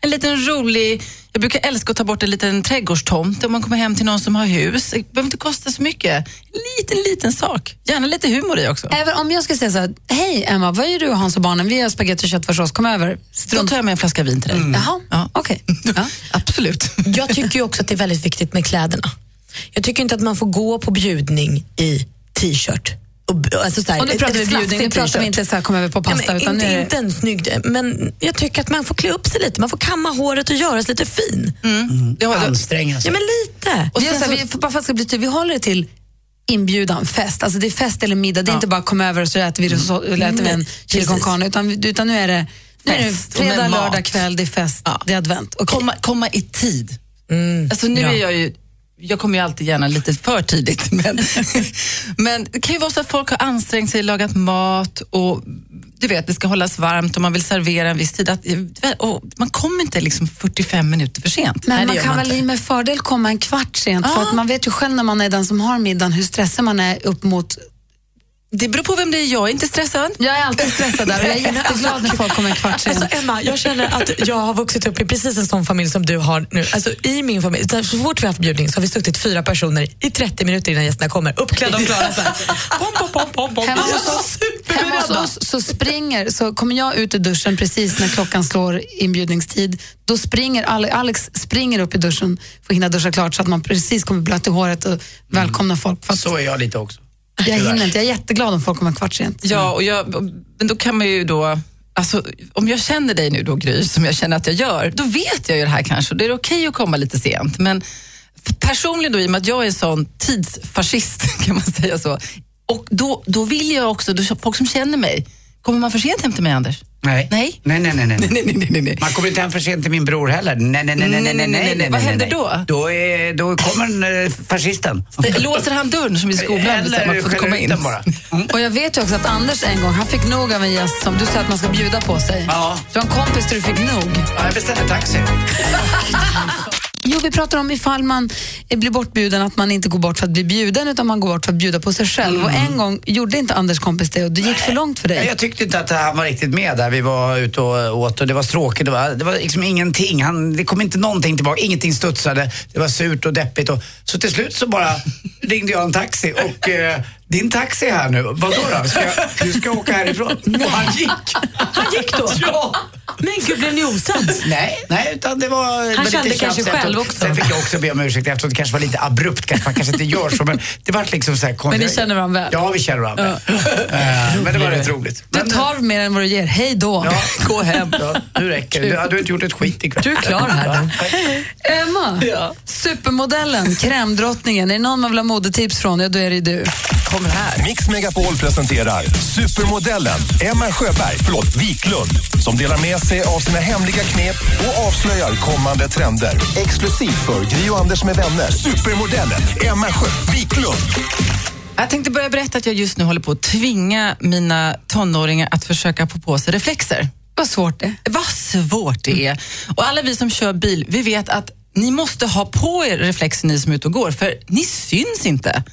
En liten rolig, jag brukar älska att ta bort en liten trädgårdstomt om man kommer hem till någon som har hus. Det behöver inte kosta så mycket. En liten, liten sak. Gärna lite humor i också. Även om jag skulle säga så här, hej Emma, vad gör du och Hans och barnen? Vi gör spagetti och köttfärssås, kom över. Då tar jag med en flaska vin till dig. Jaha, okej. Absolut. Jag tycker ju också att det är väldigt viktigt med kläderna. Jag tycker inte att man får gå på bjudning i t-shirt. Och, b- alltså så här, Och nu ett- pratar ett vi bjudning, nu flaffigt pratar vi t-shirt. inte så här, kom över på Ja, pasta. men utan inte, nu är det- inte en snygg, men jag tycker att man får klä upp sig lite. Man får kamma håret och göra sig lite fin. Anstränga sig. Ja, men lite. Mm. Och vi, är så här, vi, bara för att det ska bli tydligt, vi håller det till inbjudan, fest. Alltså det är fest eller middag, det är inte bara kom över och så äter vi, risotto- eller äter vi en Nej, chili con precis. carne, utan, utan nu är det nu är det Fest och med fredag, mat. lördag kväll, det är fest, det är advent. Okej. Komma, komma i tid. Alltså nu är jag ju, jag kommer ju alltid gärna lite för tidigt, men, men det kan ju vara så att folk har ansträngt sig, lagat mat och du vet, det ska hållas varmt och man vill servera en viss tid. Att, och man kommer inte liksom 45 minuter för sent. Men Nej, det man gör kan väl inte. i med fördel komma en kvart sent, för Ja. att man vet ju själv när man är den som har middagen hur stressad man är upp mot... Det beror på vem det är, jag är inte stressad. Jag är alltid stressad där och jag är jätteglad när folk kommer en kvart sent. Alltså Emma, jag känner att jag har vuxit upp i precis en sån familj som du har nu. Alltså i min familj, så fort vi har haft bjudning så har vi suttit fyra personer i 30 minuter innan gästerna kommer, uppklädda och klara. Så här. Pom, pom, pom, pom, pom. Hemma hos oss, hemma hos oss så springer, så kommer jag ut ur duschen precis när klockan slår inbjudningstid. Då springer Ale- Alex springer upp i duschen för att hinna duscha klart så att man precis kommer blöt i håret och välkomna folk. För att Mm. Så är jag lite också. jag hinner inte, jag är jätteglad om folk kommer en kvart sent. Ja, och jag, men då kan man ju då... Alltså, om jag känner dig nu då, Gry, som jag känner att jag gör, då vet jag ju det här kanske. Då är det okej att komma lite sent. Men f- personligen då, i och med att jag är en sån tidsfascist, kan man säga så, och då, då vill jag också, då, folk som känner mig, kommer man för sent hem till mig, Anders? Nej. Nej. Nej, nej, nej, nej. Nej, nej, nej, nej, nej. Man kommer inte hem för sent till min bror heller. Nej, nej, nej, nej, nej, nej, nej, nej. Mm, Vad händer nej. då? Då, är, då kommer den, eh, fascisten. Låser han dörren som i skolan? så att man Eller får inte skäller komma ut in? den bara. Och jag vet ju också att Anders en gång, han fick nog av en gäst som du sa att man ska bjuda på sig. Ja. Du har en kompis där du fick nog. Ja, jag beställer taxi. Jo, vi pratar om ifall man eh, blir bortbjuden, att man inte går bort för att bli bjuden utan man går bort för att bjuda på sig själv. Och en gång gjorde inte Anders kompis det och det gick för långt för Ja, dig. Mm. Jag tyckte inte att han var riktigt med där. Vi var ute och åt och det var stråkigt. Det var, det var liksom ingenting. Han, det kom inte någonting tillbaka. Ingenting studsade. Det var surt och deppigt. Och, så till slut så bara ringde jag en taxi och eh, din taxi är här nu. Vadå då? Ska jag, du ska åka härifrån? Och han gick. Han gick då? Ja. Men gud, blev ni osams? Nej, nej, utan det var... det var lite kände knappt kanske efteråt. själv också. Sen fick jag också be om ursäkt eftersom det kanske var lite abrupt, kanske man kanske inte gör så, men det vart liksom så här konstigt. ni känner varandra väl? Ja, vi känner varandra. Eh, men det var rätt roligt. Du tar mer än vad du ger. Hej då! Ja, gå hem. Ja, nu räcker det. Du, ja, du har inte gjort ett skit ikväll. Du är klar här nu. Emma, Ja. supermodellen, krämdrottningen. Är det någon man vill ha modetips från, ja då är det ju du. Kommer här. Mix Megapol presenterar supermodellen Emma Sjöberg, förlåt, Wiklund som delar med sig av sina hemliga knep och avslöjar kommande trender. Exklusivt för Gri och Anders med vänner. Supermodellen Emma Sjö Wiklund. Jag tänkte börja berätta att jag just nu håller på att tvinga mina tonåringar att försöka få på sig reflexer. Eh, Vad svårt det är. Vad svårt det är. Och alla vi som kör bil, vi vet att ni måste ha på er reflexer ni som är ute och går, för ni syns inte.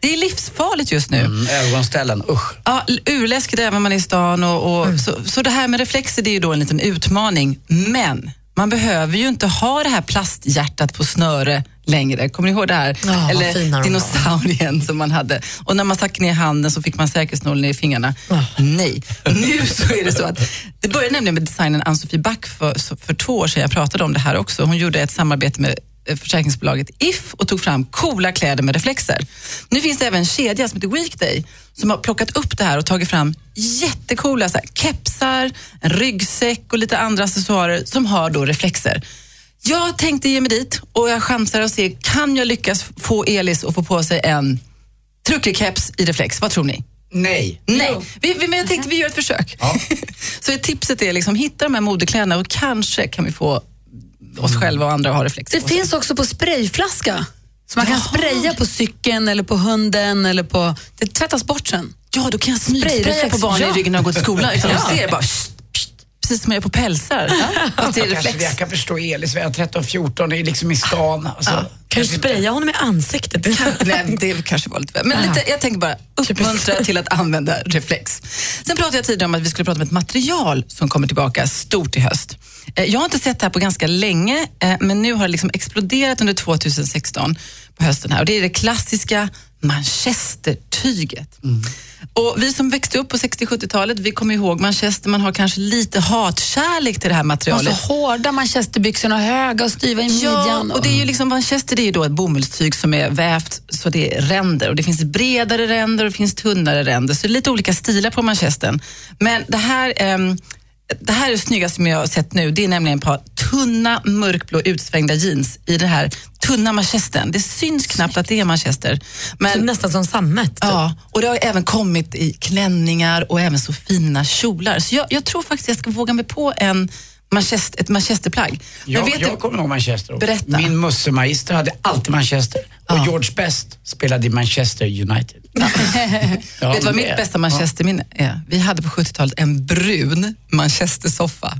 Det är livsfarligt just nu. Mm, ögonställen, usch. Ja, l- urläskigt även om man är i stan. Och, och, så, så det här med reflexer det är ju då en liten utmaning. Men man behöver ju inte ha det här plasthjärtat på snöre längre. Kommer ni ihåg det här? Ja, vad fina Eller de dinosaurien som man hade. Och när man stack ner handen så fick man säkerhetsnålen i fingrarna. Nej, nu så är det så att det började nämligen med designern Ann-Sofie Back för, så- för två år sedan. Jag pratade om det här också. Hon gjorde ett samarbete med eh, försäkringsbolaget If och tog fram coola kläder med reflexer. Nu finns det även en kedja som heter Weekday som har plockat upp det här och tagit fram jättecoola så här, kepsar, en ryggsäck och lite andra accessoarer som har då reflexer. Jag tänkte ge mig dit och jag chansar och se, kan jag lyckas få Elis att få på sig en truckerkeps i reflex? Vad tror ni? Nej. Nej, vi, vi, men jag tänkte vi gör ett försök. Så tipset är liksom hitta de här modekläderna och kanske kan vi få oss själva och andra att ha reflexer Det på sig. finns också på sprayflaska. Så man kan spraya på cykeln eller på hunden eller på... Det tvättas bort sen. Ja, då kan jag Smygspraya på barnen i ryggen när de går till skolan utan de ser bara pst, pst, precis som jag gör på pälsar. Fast det är Kanske reflex. vi- Jag kan förstå Elis, vi är 13-14 är liksom i stan. Alltså. Kan du spraya honom i ansiktet? Nej, det kanske var lite väl. Men lite, jag tänker bara uppmuntra till att använda reflex. Sen pratade jag tidigare om att vi skulle prata om ett material som kommer tillbaka stort i höst. Eh, Jag har inte sett det här på ganska länge, eh, men nu har det liksom exploderat under 2016 på hösten här. Och det är det klassiska manchestertyget. Och vi som växte upp på 60-70-talet, vi kommer ihåg manchester, man har kanske lite hatkärlek till det här Och så materialet. Alltså, hårda manchesterbyxorna, höga och styva i midjan. Ja, och det är ju liksom, manchester det är ju då ett bomullstyg som är vävt så det är ränder. Och det finns bredare ränder och det finns tunnare ränder. Så det är lite olika stilar på manchesten. Men det här, ehm, det här är det snyggaste som jag har sett nu. Det är nämligen ett par tunna mörkblå utsvängda jeans i den här tunna manchesten. Det syns knappt att det är manchester. Men, nästan som sammet. typ. Ja, och det har även kommit i klänningar och även så fina kjolar. Så jag, jag tror faktiskt jag ska våga mig på en manchester, ett manchesterplagg. Men Jag, vet du- jag kommer ihåg Manchester. också. Berätta. Min mussemagister hade alltid Manchester. Och George Best spelade i Manchester United. Ja, Vet du vad men mitt det- bästa manchesterminne är? Vi hade på 70-talet en brun manchestersoffa.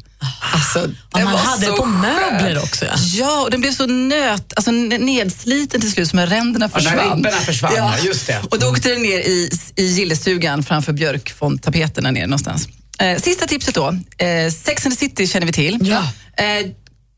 Alltså, den man var hade så det på skön. möbler också, ja. Ja. och den blev så nöt, alltså n- nedsliten till slut, som när ränderna Ja, när försvann. ribborna försvann, ja, just det. Och då åkte den ner i, i gillestugan framför björkfondtapeterna ner någonstans. Eh, sista tipset då. Eh, Sex and the City känner vi till. Eh,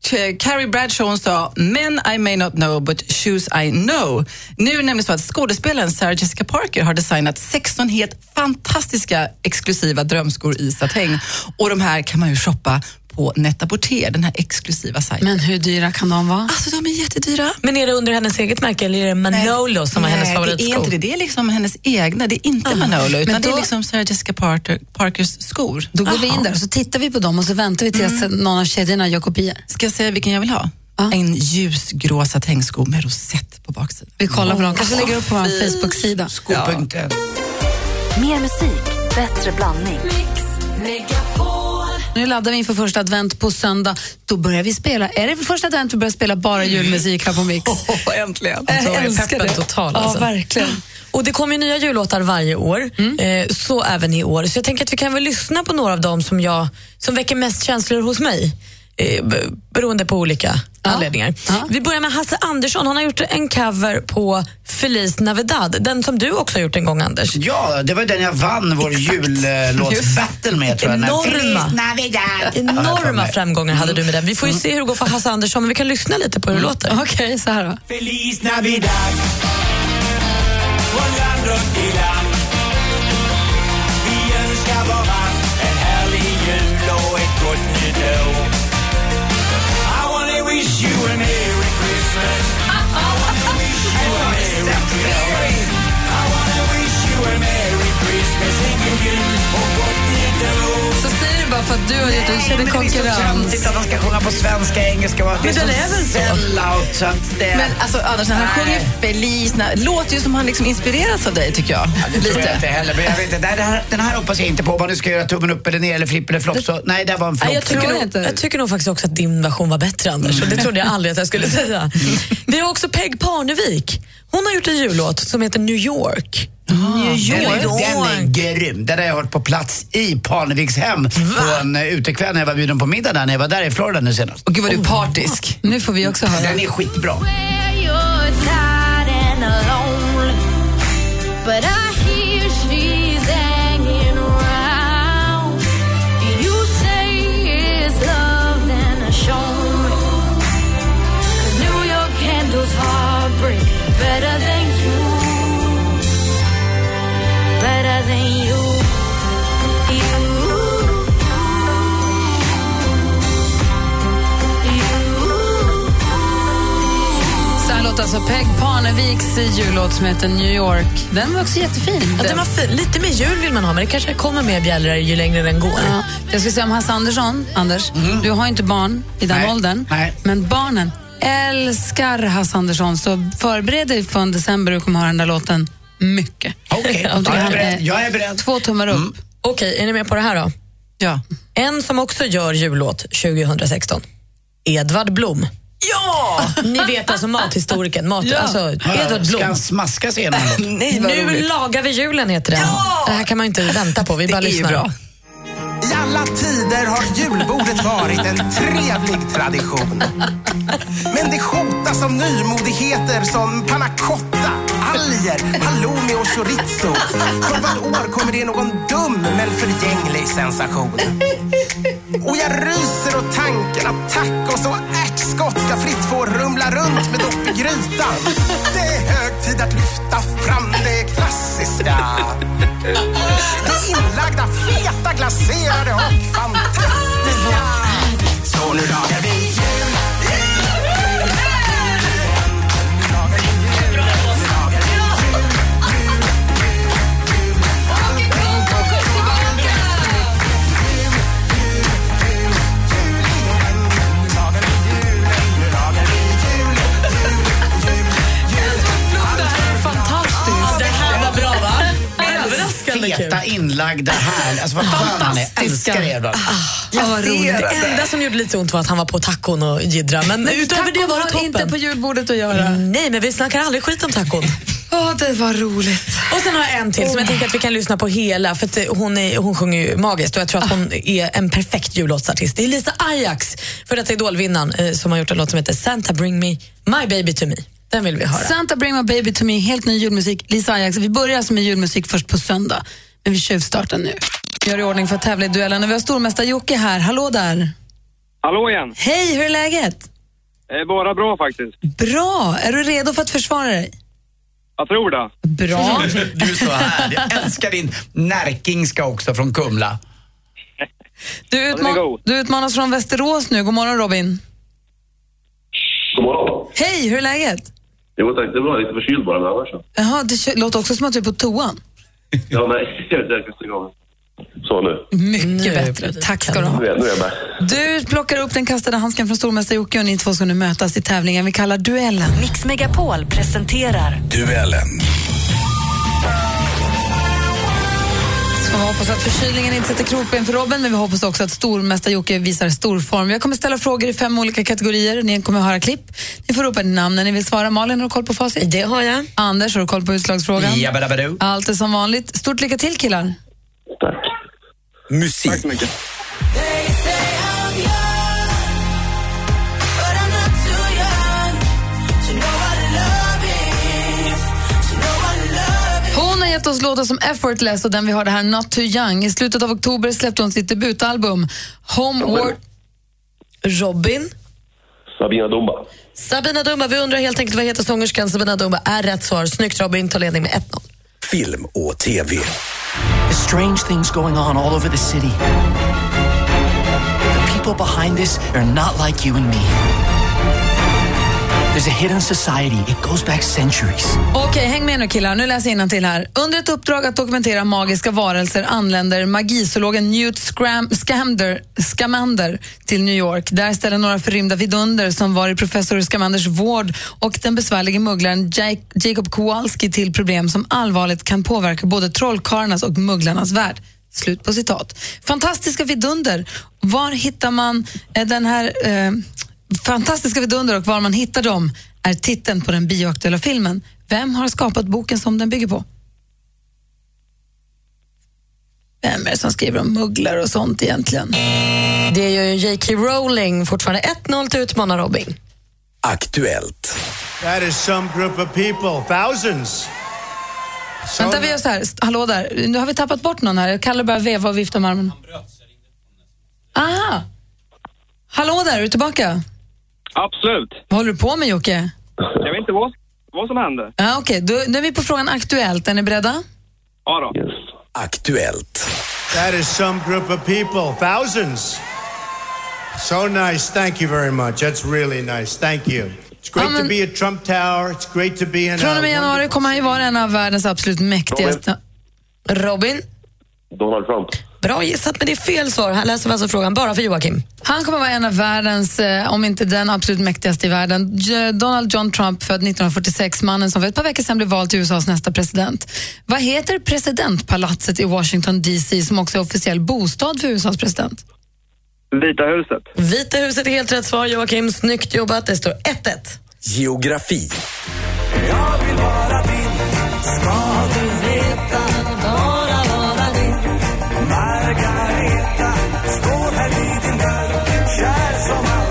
K- Carrie Bradshaw hon sa “Men I may not know but shoes I know”. Nu är det nämligen så att skådespelaren Sarah Jessica Parker har designat 16 helt fantastiska exklusiva drömskor i satäng. Och de här kan man ju shoppa på Net-a-Porter, den här exklusiva sajten. Men hur dyra kan de vara? Alltså de är jättedyra. Men är det under hennes eget märke eller är det Manolo som var Nej, hennes det är favoritsko? inte det. Det är liksom hennes egna. Det är inte Manolo, utan Ah. Men det är då- liksom Sarah Jessica Parker, Parkers skor. Då går vi in där och så tittar vi på dem och så väntar vi tills någon av kedjorna gör kopior. Mm. Ska jag säga vilken jag vill ha? En ljusgrå satängsko med rosett på baksidan. Vi kollar på dem, kanske lägger upp på vår Facebook-sida. Skopunkten. Mer musik, bättre blandning. Nu laddar vi inför första advent på söndag. Då börjar vi spela. Är det första advent vi börjar spela bara julmusik här på Mix? äntligen. Jag älskar peppen det. total, ja, alltså. verkligen. Och det kommer ju nya jullåtar varje år, eh, så även i år. Så jag tänker att vi kan väl lyssna på några av dem som, jag, som väcker mest känslor hos mig. eh, b- Beroende på olika anledningar. Vi börjar med Hasse Andersson. Han har gjort en cover på Feliz Navidad. Den som du också har gjort en gång, Anders. Ja, det var ju den jag vann vår jullåtsbattle med tror jag. när- Enorma. för Enorma mig. framgångar hade du med den. Vi får ju se hur det går för Hasse Andersson, men vi kan lyssna lite på hur det låter. Okej, så här då. Feliz Navidad Ah. Från land och till land Vi önskar varann en härlig jul och ett gott nytt år I wanna wish you a merry Christmas I wanna wish you a merry Christmas I wanna wish you a merry Christmas En god jul och gott nytt år Så säger du bara för att du har gjort en Nej, men det blir så töntigt att de ska sjunga på svenska, engelska. Men Men den är väl så? Sellout, så att det... Men alltså Anders, när han Nej. sjunger Feliz, na- låter ju som han liksom inspirerats av dig tycker jag. Det tror jag inte heller, men jag vet inte. Nej, det här, den här hoppas jag inte på. Om man nu ska göra tummen upp eller ner eller flipp eller flopp. Så, nej, det här var en flopp. Nej, jag, tycker nog, jag tycker nog faktiskt också att din version var bättre, Anders. Och det trodde jag aldrig att jag skulle säga. Vi har också Peg Parnevik. Hon har gjort en jullåt som heter New York. New Ah, Den, den är grym. Den har jag hört på plats i Parneviks hem på en eh, utekväll när jag var bjuden på middag där när jag var där i Florida nu senast. Och gud vad du är partisk. Nu får vi också höra. Den är skitbra. But I hear she's hanging around. You say it's love, then I show me. 'Cause New York handles heartbreak better than you. Better than you. You. Så här låter alltså Peg Parneviks jullåt som heter New York. Den var också jättefin. Ja, den var fin. Lite mer jul vill man ha, men det kanske kommer mer bjällror ju längre den går. Ja, jag skulle säga om Hasse Andersson, Anders, du har ju inte barn i den Nej, åldern, men barnen älskar Hasse Andersson, så förbered dig från december, du kommer höra den där låten mycket. Okej, Om du jag är kan, beredd, eh, jag är beredd. Två tummar upp. Okej, är ni med på det här då? Ja. En som också gör jullåt 2016. Edvard Blom. Ja! Ni vet alltså mathistorikern. Mat, Ja. alltså, Edvard Blom. Ska han smaska sig igenom den? Nej, nu lagar vi julen heter den. Det här kan man ju inte vänta på, vi bara Det är ju lyssnar. bra. I alla tider har julbordet varit en trevlig tradition. Men det hotas av nymodigheter som panna cotta, alger, halloumi och chorizo. För vart år kommer det någon dum men förgänglig sensation. Och jag ryser åt tanken att tacos och ärtskott ska fritt få rumla runt med dopp i grytan. Det är hög tid att lyfta fram det klassiska. Det inlagda, feta, glaserade och fantastiska. Så nu lagar vi jul. Fantastiskt! Det här var bra va? Överraskande kul. Feta, inlagda, här. Alltså vad skön han är. Fantastiska. Älskar Edvard. Jag vad ser roligt. det. enda som gjorde lite ont var att han var på tacon och jiddra. Men, Men utöver det tacon var har det toppen. inte på julbordet att göra. Nej, men vi snackar aldrig skit om tacon. Mm. Åh, det var roligt. Och sen har jag en till som jag tänker att vi kan lyssna på hela för att eh, hon, är, hon sjunger ju magiskt och jag Ah. tror att hon är en perfekt jullåtsartist. Det är Lisa Ajax, för detta idolvinnaren, eh, som har gjort en låt som heter Santa bring me my baby to me. Den vill vi höra. Santa Bring My Baby To Me, helt ny julmusik. Lisa Ajax, vi börjar alltså med julmusik först på söndag, men vi tjuvstartar nu. Vi gör i ordning för att tävla i duellen och vi har stormästare Jocke här. Hallå där! Hallå igen. Hej, hur är läget? Det är bara bra faktiskt. Bra! Är du redo för att försvara dig? Jag tror det. Bra. Du är så härlig. Jag älskar din närkingska också från Kumla. Du, utman- du utmanas från Västerås nu. God morgon Robin. God morgon. Hej, hur är läget? Jo tack, det var lite förkyld bara, men annars så. Jaha, det kö- låter också som att du är på toan. Ja, nej, jag vet inte stänga av. Så nu. Mycket bättre. Tack ska du ha. Nu är, nu är jag med. Du plockar upp den kastade handsken från stormästare Jocke och ni två ska nu mötas i tävlingen vi kallar Duellen. Mix Megapol presenterar Duellen. Så vi hoppas att förkylningen inte sätter krokben för Robin, men vi hoppas också att stormästare Jocke visar storform. Jag kommer ställa frågor i fem olika kategorier. Ni kommer höra klipp. Ni får ropa namn när ni vill svara. Malin, har du koll på facit? Det har jag. Anders, har du koll på utslagsfrågan? Jabbadabadoo. Allt är som vanligt. Stort lycka till killar. Musik. Tack så mycket. Hon har gett oss låtar som Effortless och den vi hörde här, Not Too Young. I slutet av oktober släppte hon sitt debutalbum Homeward... Robin? Sabina Dumba. Sabina Dumba, vi undrar helt enkelt vad heter sångerskan Sabina Dumba är rätt svar. Snyggt Robin, tar ledning med 1-0. Film och TV. There's strange things going on all over the city. The people behind this are not like you and me. There's a hidden society. It goes back centuries. Okej, häng med nu killar. Nu läser jag till här. Under ett uppdrag att dokumentera magiska varelser anländer magizoologen Newt Scram- Scamander, Scamander till New York. Där ställer några förrymda vidunder som var i professor Scamanders vård och den besvärlige mugglaren Jack- Jacob Kowalski till problem som allvarligt kan påverka både trollkarlarnas och mugglarnas värld. Slut på citat. Fantastiska vidunder. Var hittar man eh, den här eh, fantastiska vidunder och var man hittar dem är titeln på den bioaktuella filmen. Vem har skapat boken som den bygger på? Vem är det som skriver om mugglare och sånt egentligen? Det gör ju J.K. Rowling. Fortfarande 1-0 till utmanar Robin. Aktuellt. That is some group of people, thousands. So- Vänta, vi gör så här. St- Hallå där. Nu har vi tappat bort någon här. Kalle bara veva och vifta med armen. Aha! Hallå där, är du tillbaka? Absolut. Vad håller du på med Jocke? Jag vet inte vad, vad som hände. Ja, Okej, då, nu är vi på frågan Aktuellt. Är ni beredda? Ja då. Aktuellt. That is some group of people, thousands. So nice. Thank you very much. That's really nice. Thank you. It's great Ja, men- to be at Trump Tower. It's great to be in Från a och med januari kommer han ju vara en av världens absolut mäktigaste. Robin, Donald Trump. bra gissat men det är fel svar. Här läser vi alltså frågan bara för Joakim. Han kommer vara en av världens, eh, om inte den absolut mäktigaste i världen. J- Donald John Trump, född 1946, mannen som för ett par veckor sedan blev vald till USAs nästa president. Vad heter presidentpalatset i Washington DC som också är officiell bostad för USAs president? Vita huset. Vita huset är helt rätt svar Joakim. Snyggt jobbat. Det står 1-1. Geografi.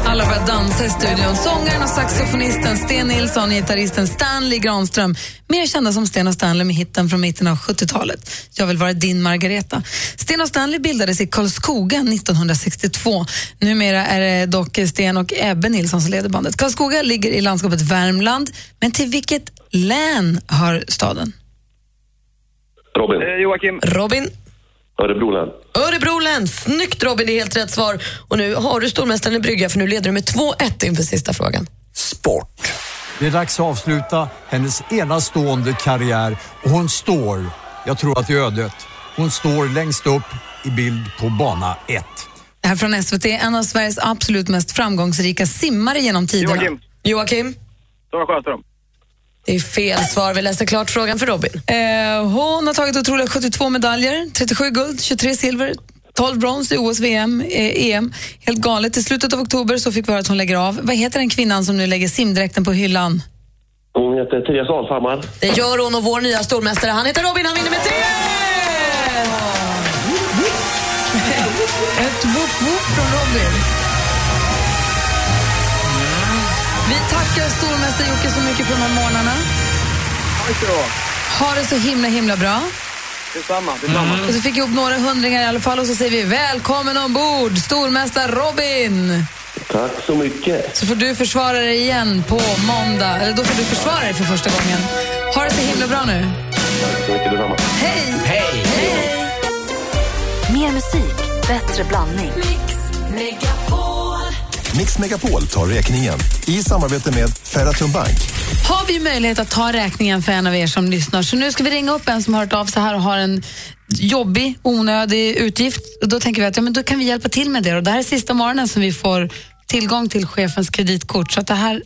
Alla börjar dansa i studion. Sångaren och saxofonisten Sten Nilsson och gitarristen Stanley Granström. Mer kända som Sten och Stanley med hitten från mitten av 70-talet. Jag vill vara din Margareta. Sten och Stanley bildades i Karlskoga 1962. Numera är det dock Sten och Ebbe Nilsson som leder bandet. Karlskoga ligger i landskapet Värmland, men till vilket län hör staden? Robin. Joakim. Robin. Örebro län. Örebro län. Snyggt Robin, det är helt rätt svar. Och nu har du stormästaren i brygga för nu leder du med 2-1 inför sista frågan. Sport. Det är dags att avsluta hennes enastående karriär och hon står, jag tror att det är ödet, hon står längst upp i bild på bana 1. Det här är från SVT, en av Sveriges absolut mest framgångsrika simmare genom tiderna. Joakim. Joakim. Sara Sjöström. Det är fel svar. Vi läser klart frågan för Robin. Eh, hon har tagit otroliga 72 medaljer, 37 guld, 23 silver, 12 brons i OS, VM, eh, EM. Helt galet. I slutet av oktober så fick vi höra att hon lägger av. Vad heter den kvinnan som nu lägger simdräkten på hyllan? Hon heter Therese Alshammar. Det Eh, gör hon och vår nya stormästare. Han heter Robin, han vinner med 3 Ett woop woop från Robin. Vi tackar stormästare Jocke så mycket för de här morgnarna. Tack ska du ha. Ha det så himla, himla bra. Detsamma. Detsamma. Och så fick jag ihop några hundringar i alla fall och så säger vi välkommen ombord, stormästare Robin! Tack så mycket. Så får du försvara dig igen på måndag. Eller då får du försvara dig för första gången. Ha det så himla bra nu. Tack så mycket detsamma. Hej! Hej! Mer musik, bättre blandning. Mix Megapol tar räkningen i samarbete med Ferratum Bank. Har vi möjlighet att ta räkningen för en av er som lyssnar? Så nu ska vi ringa upp en som har hört av sig här och har en jobbig, onödig utgift. Och då tänker vi att ja, men då kan vi hjälpa till med det. Och det här är sista morgonen som vi får tillgång till chefens kreditkort. Så att det här Känns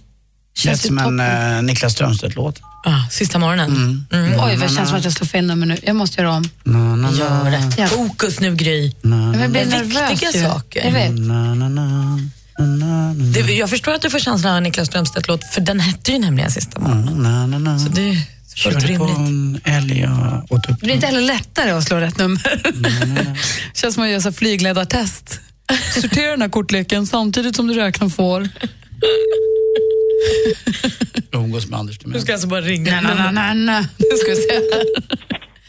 känns ju som en toppen. eh, Niklas Strömstedt-låt. Ah, sista morgonen. Mm. Mm. Oj, vad det känns som att jag slår fel nummer nu. Jag måste göra om. Gör det. Fokus nu, Gry. Men jag blir Det är nervös viktiga ju. saker. Jag vet. Mm. Det, Mm. jag förstår att du får känslan av en Niklas Strömstedt-låt, för den hette ju nämligen sista morgonen. Så det är fullt Körde på rimligt. en älg och typ åt upp Det blir inte heller lättare att slå rätt nummer. känns som att göra så här flygledartest. Sortera den här kortleken samtidigt som du räknar får. umgås med Anders. Du ska alltså bara ringa. Nej, nej, nej, nej. Nu ska vi se.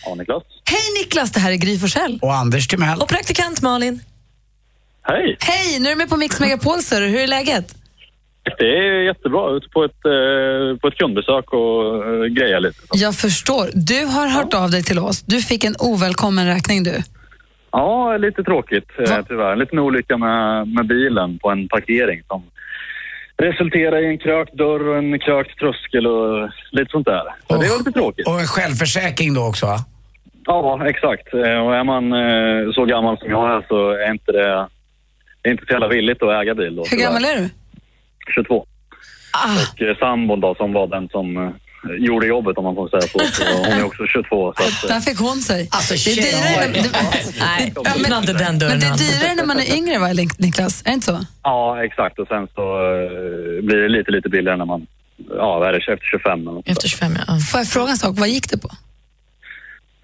Ja, Niklas. Hej Niklas, det här är Gry Forssell. Och Anders Timell. Och praktikant Malin. Hej. Hej, nu är du med på Mix Megapol, ser du. Hur är läget? Det är jättebra. Ute på ett, eh, på ett kundbesök och eh, greja lite. Jag förstår. Du har hört av dig till oss. Du fick en ovälkommen räkning du. Ja, lite tråkigt eh, tyvärr. En liten olycka med, med bilen på en parkering som resulterar i en krökt dörr och en krökt tröskel och lite sånt där. Så det var lite tråkigt. Och en självförsäkring då också va? Ja, exakt. Eh, Och är man eh, så gammal som jag är så är inte det, det är inte så jävla villigt att äga bil. Då, Hur gammal är du? 22. Ah, Och eh, sambon då, som var den som eh, gjorde jobbet om man får säga så. så hon är också 22. Så att, eh, Där fick hon sig. Alltså, det är dyrare, när, Nej, öppna inte den men dörren. det är dyrare när man är yngre, va, Nik- Niklas? Är det inte så? Ja, exakt. Och sen så eh, blir det lite, lite billigare när man ja, vad är det, efter 25 eller något. Efter 25, ja. Får jag fråga en sak? Vad gick det på?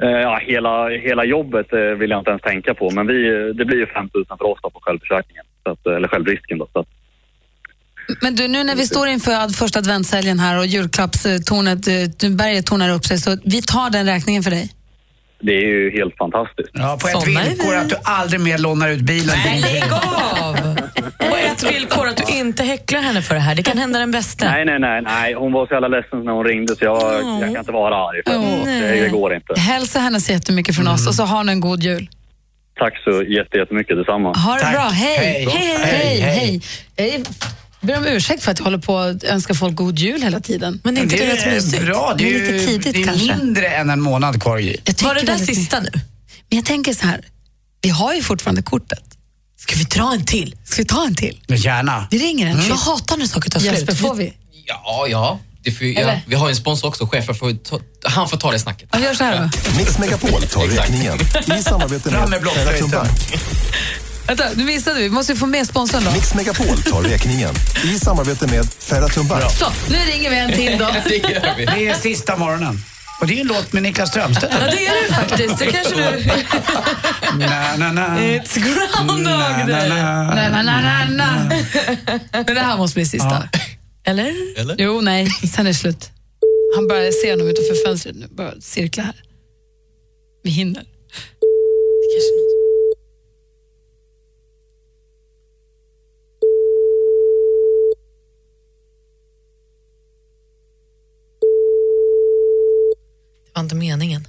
Eh, Ja, hela, hela jobbet eh, vill jag inte ens tänka på, men vi, eh, det blir ju 5 000 för oss då på självförsäkringen, så att, eh, eller självrisken. Då, så att, Men du, nu när vi står inför ad- första adventshelgen här och julklappstornet, eh, berget tornar upp sig, så vi tar den räkningen för dig. det är ju helt fantastiskt. Ja, på ett villkor att du aldrig mer lånar ut bilen. Nej, lägg av! Och ett villkor att du inte häcklar henne för det här. Det kan hända den bästa. Nej, nej, nej, nej. Hon var så jävla ledsen när hon ringde så jag, Åh. jag kan inte vara arg. För Åh. det, det går inte. Hälsa henne så jättemycket från oss och så har ni en god jul. Tack så jätte- jättemycket detsamma. Ha det bra, hej! Hej. Hej, hej, hej! hej. Jag ber om ursäkt för att jag håller på att önska folk god jul hela tiden. Mm. Men bra. Det är, ju, lite tidigt det är kanske. mindre än en månad kvar ju. Var det där sista nu? Men jag tänker så här, vi har ju fortfarande kortet. Ska vi dra en till? Ska vi ta en till? Men Gärna. Vi ringer en till. Jag hatar när saker tar Jesper, slut. får vi? Ja, ja. Det får, ju- ja. Eller? Vi har ju en sponsor också, chefen får ju ta, han får ta det snacket. Ja, vi gör så här då. Mix Megapol tar räkningen i samarbete Fram med med blockflöjten. Ferratum Bank. Vänta, nu missade vi. Vi måste ju få med sponsorn då. Mix Megapol tar räkningen i samarbete med Ferratum Bank. Så, nu ringer vi en till då. Det är sista morgonen. Och det är ju en låt med Niklas Strömstedt. Ja, det är det faktiskt. Det kanske du... Na, na, na. It's Groundhog Na, na, Day. na. Mm. Na, na, na, na, na. Men det här måste bli sista. Eller? Eller? Jo, nej, sen är det slut. Han börjar se honom utanför fönstret nu, börjar cirkla här. Vi hinner. Det kanske är något. Det var inte meningen.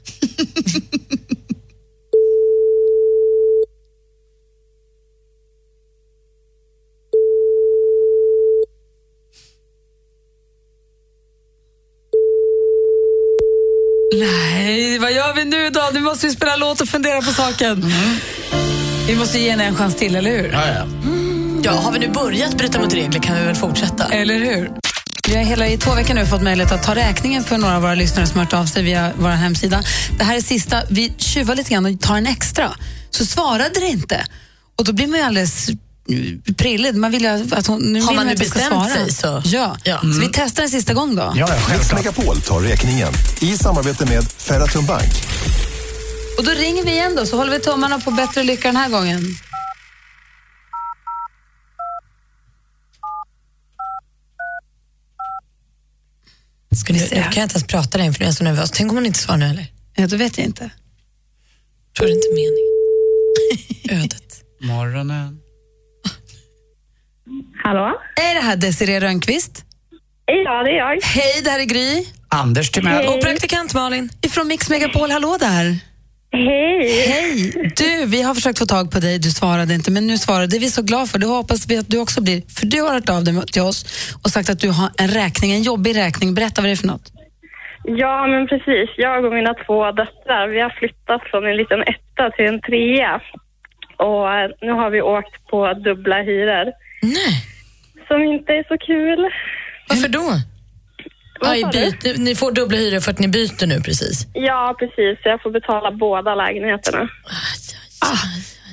Nej, vad gör vi nu då? Nu måste vi spela låt och fundera på saken. Vi måste ge henne en chans till, eller hur? Ja, ja. Mm. Mm. Ja, har vi nu börjat bryta mot regler kan vi väl fortsätta? Eller hur? Vi har hela i två veckor nu fått möjlighet att ta räkningen för några av våra lyssnare som har hört av sig via vår hemsida. Det här är sista, vi tjuvar lite grann och tar en extra. Så svarade det inte. Och då blir man ju alldeles eh, prillig. Man vill ju att hon, nu Har vill ju man nu att jag ska bestämt svara. sig så- Ja. så vi testar en sista gång då. Mix Megapol tar räkningen i samarbete med Ferratum Bank. Och då ringer vi igen då, så håller vi tummarna på bättre lycka den här gången. Ska ni se. Mm. Jag kan jag inte ens prata längre för nu är jag så nervös. Tänk om hon inte svarar nu eller? Ja, då vet jag inte. Tror det inte är meningen. Ödet. Morgonen. Hallå? Är det här Desiree Rönnqvist? Ja, det är jag. Hej, det här är Gry. Anders Timell. Och praktikant Malin. Ifrån Mix Megapol, hallå där. Hej. Hej. Du, vi har försökt få tag på dig, du svarade inte, men nu svarade du. Det är vi så glada för. Det hoppas vi att du också blir. För du har hört av dig till oss och sagt att du har en räkning, en jobbig räkning. Berätta vad det är för något. Ja, men precis. Jag och mina två döttrar, vi har flyttat från en liten etta till en trea. Och eh, nu har vi åkt på dubbla hyror. Nej. Som inte är så kul. Varför då? Ja, i byte. Ni får dubbla hyror för att ni byter nu precis. Ja, precis. Jag får betala båda lägenheterna.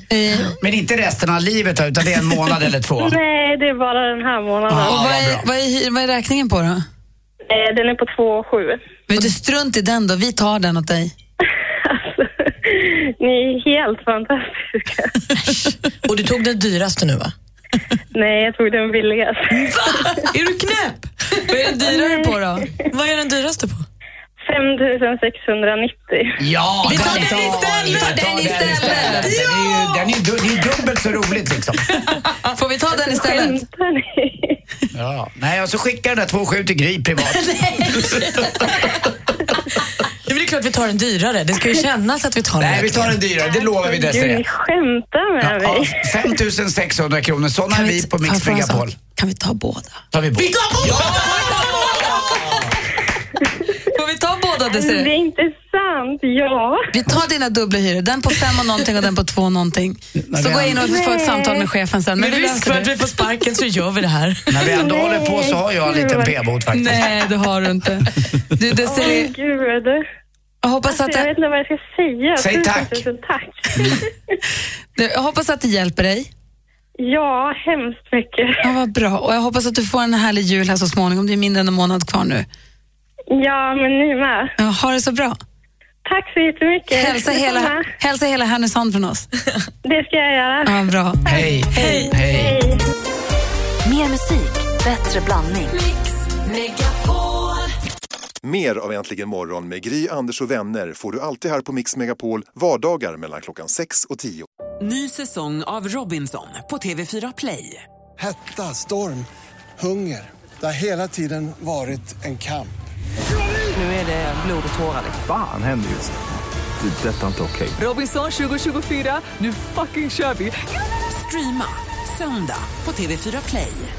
Eh, Men inte resten av livet, utan det är en månad eller två. Nej, det är bara den här månaden. Ja, och vad, är, bra. vad, är, hy- vad är räkningen på då? Eh, Den är på 2,7. Vet du, strunt i den då. Vi tar den åt dig. Alltså, Ni är helt fantastiska. Och du tog den dyraste nu va? Nej, jag tog den billigaste. Va? Är du knäpp? Vad är den dyrare på då? Vad är den dyraste på? 5690. Ja, Vi tar den istället! Ta den istället! Den är ju den är, ju du- det är ju dubbelt så roligt liksom. Får vi ta den istället? Ja. Nej, och så skickar den där 2,7 till Gry privat. Ja, men det är klart vi tar den dyrare. Det ska ju kännas att vi tar den Nej, vi tar den dyrare, det lovar vi Desirée. skämtar med ja, mig. 5600 kronor, sådana är vi på Mix Megapol. Kan vi ta båda? Tar vi båda? Vi tar båda! Får vi ta båda Desiree? Det är inte sant, ja. Vi tar dina dubbla hyror, den på fem och någonting och den på två och någonting. Så vi gå in och andra- få ett samtal med chefen sen. Men Med vi risk löser för att det. vi får sparken så gör vi det här. När vi ändå håller på så har jag en liten p-bot faktiskt. Nej, det har du inte. Du Desiree, Åh, gud. jag hoppas, att Alltså, jag det, vet inte vad jag ska säga. Säg Tusen, tack. Tusen tack. du, jag hoppas att det hjälper dig. Ja, hemskt mycket. Ja, vad bra. Och jag hoppas att du får en härlig jul här så småningom. Det är mindre än en månad kvar nu. Ja, men ni med. Ja, ha det så bra. Tack så jättemycket. Hälsa hela, Detsamma. hälsa hela Härnösand från oss. Det ska jag göra. Ja, bra. Hej. Hej. Mer musik, bättre blandning. Mer av Äntligen morgon med Gry, Anders och vänner får du alltid här på Mix Megapol vardagar mellan klockan 6 och 10. Ny säsong av Robinson på TV4 Play. Hetta, storm, hunger. Det har hela tiden varit en kamp. Nu är det blod och tårar. liksom. Fan händer just nu. Det. är Detta är inte okej. Robinson 2024, nu fucking kör vi! Streama söndag på TV4 Play.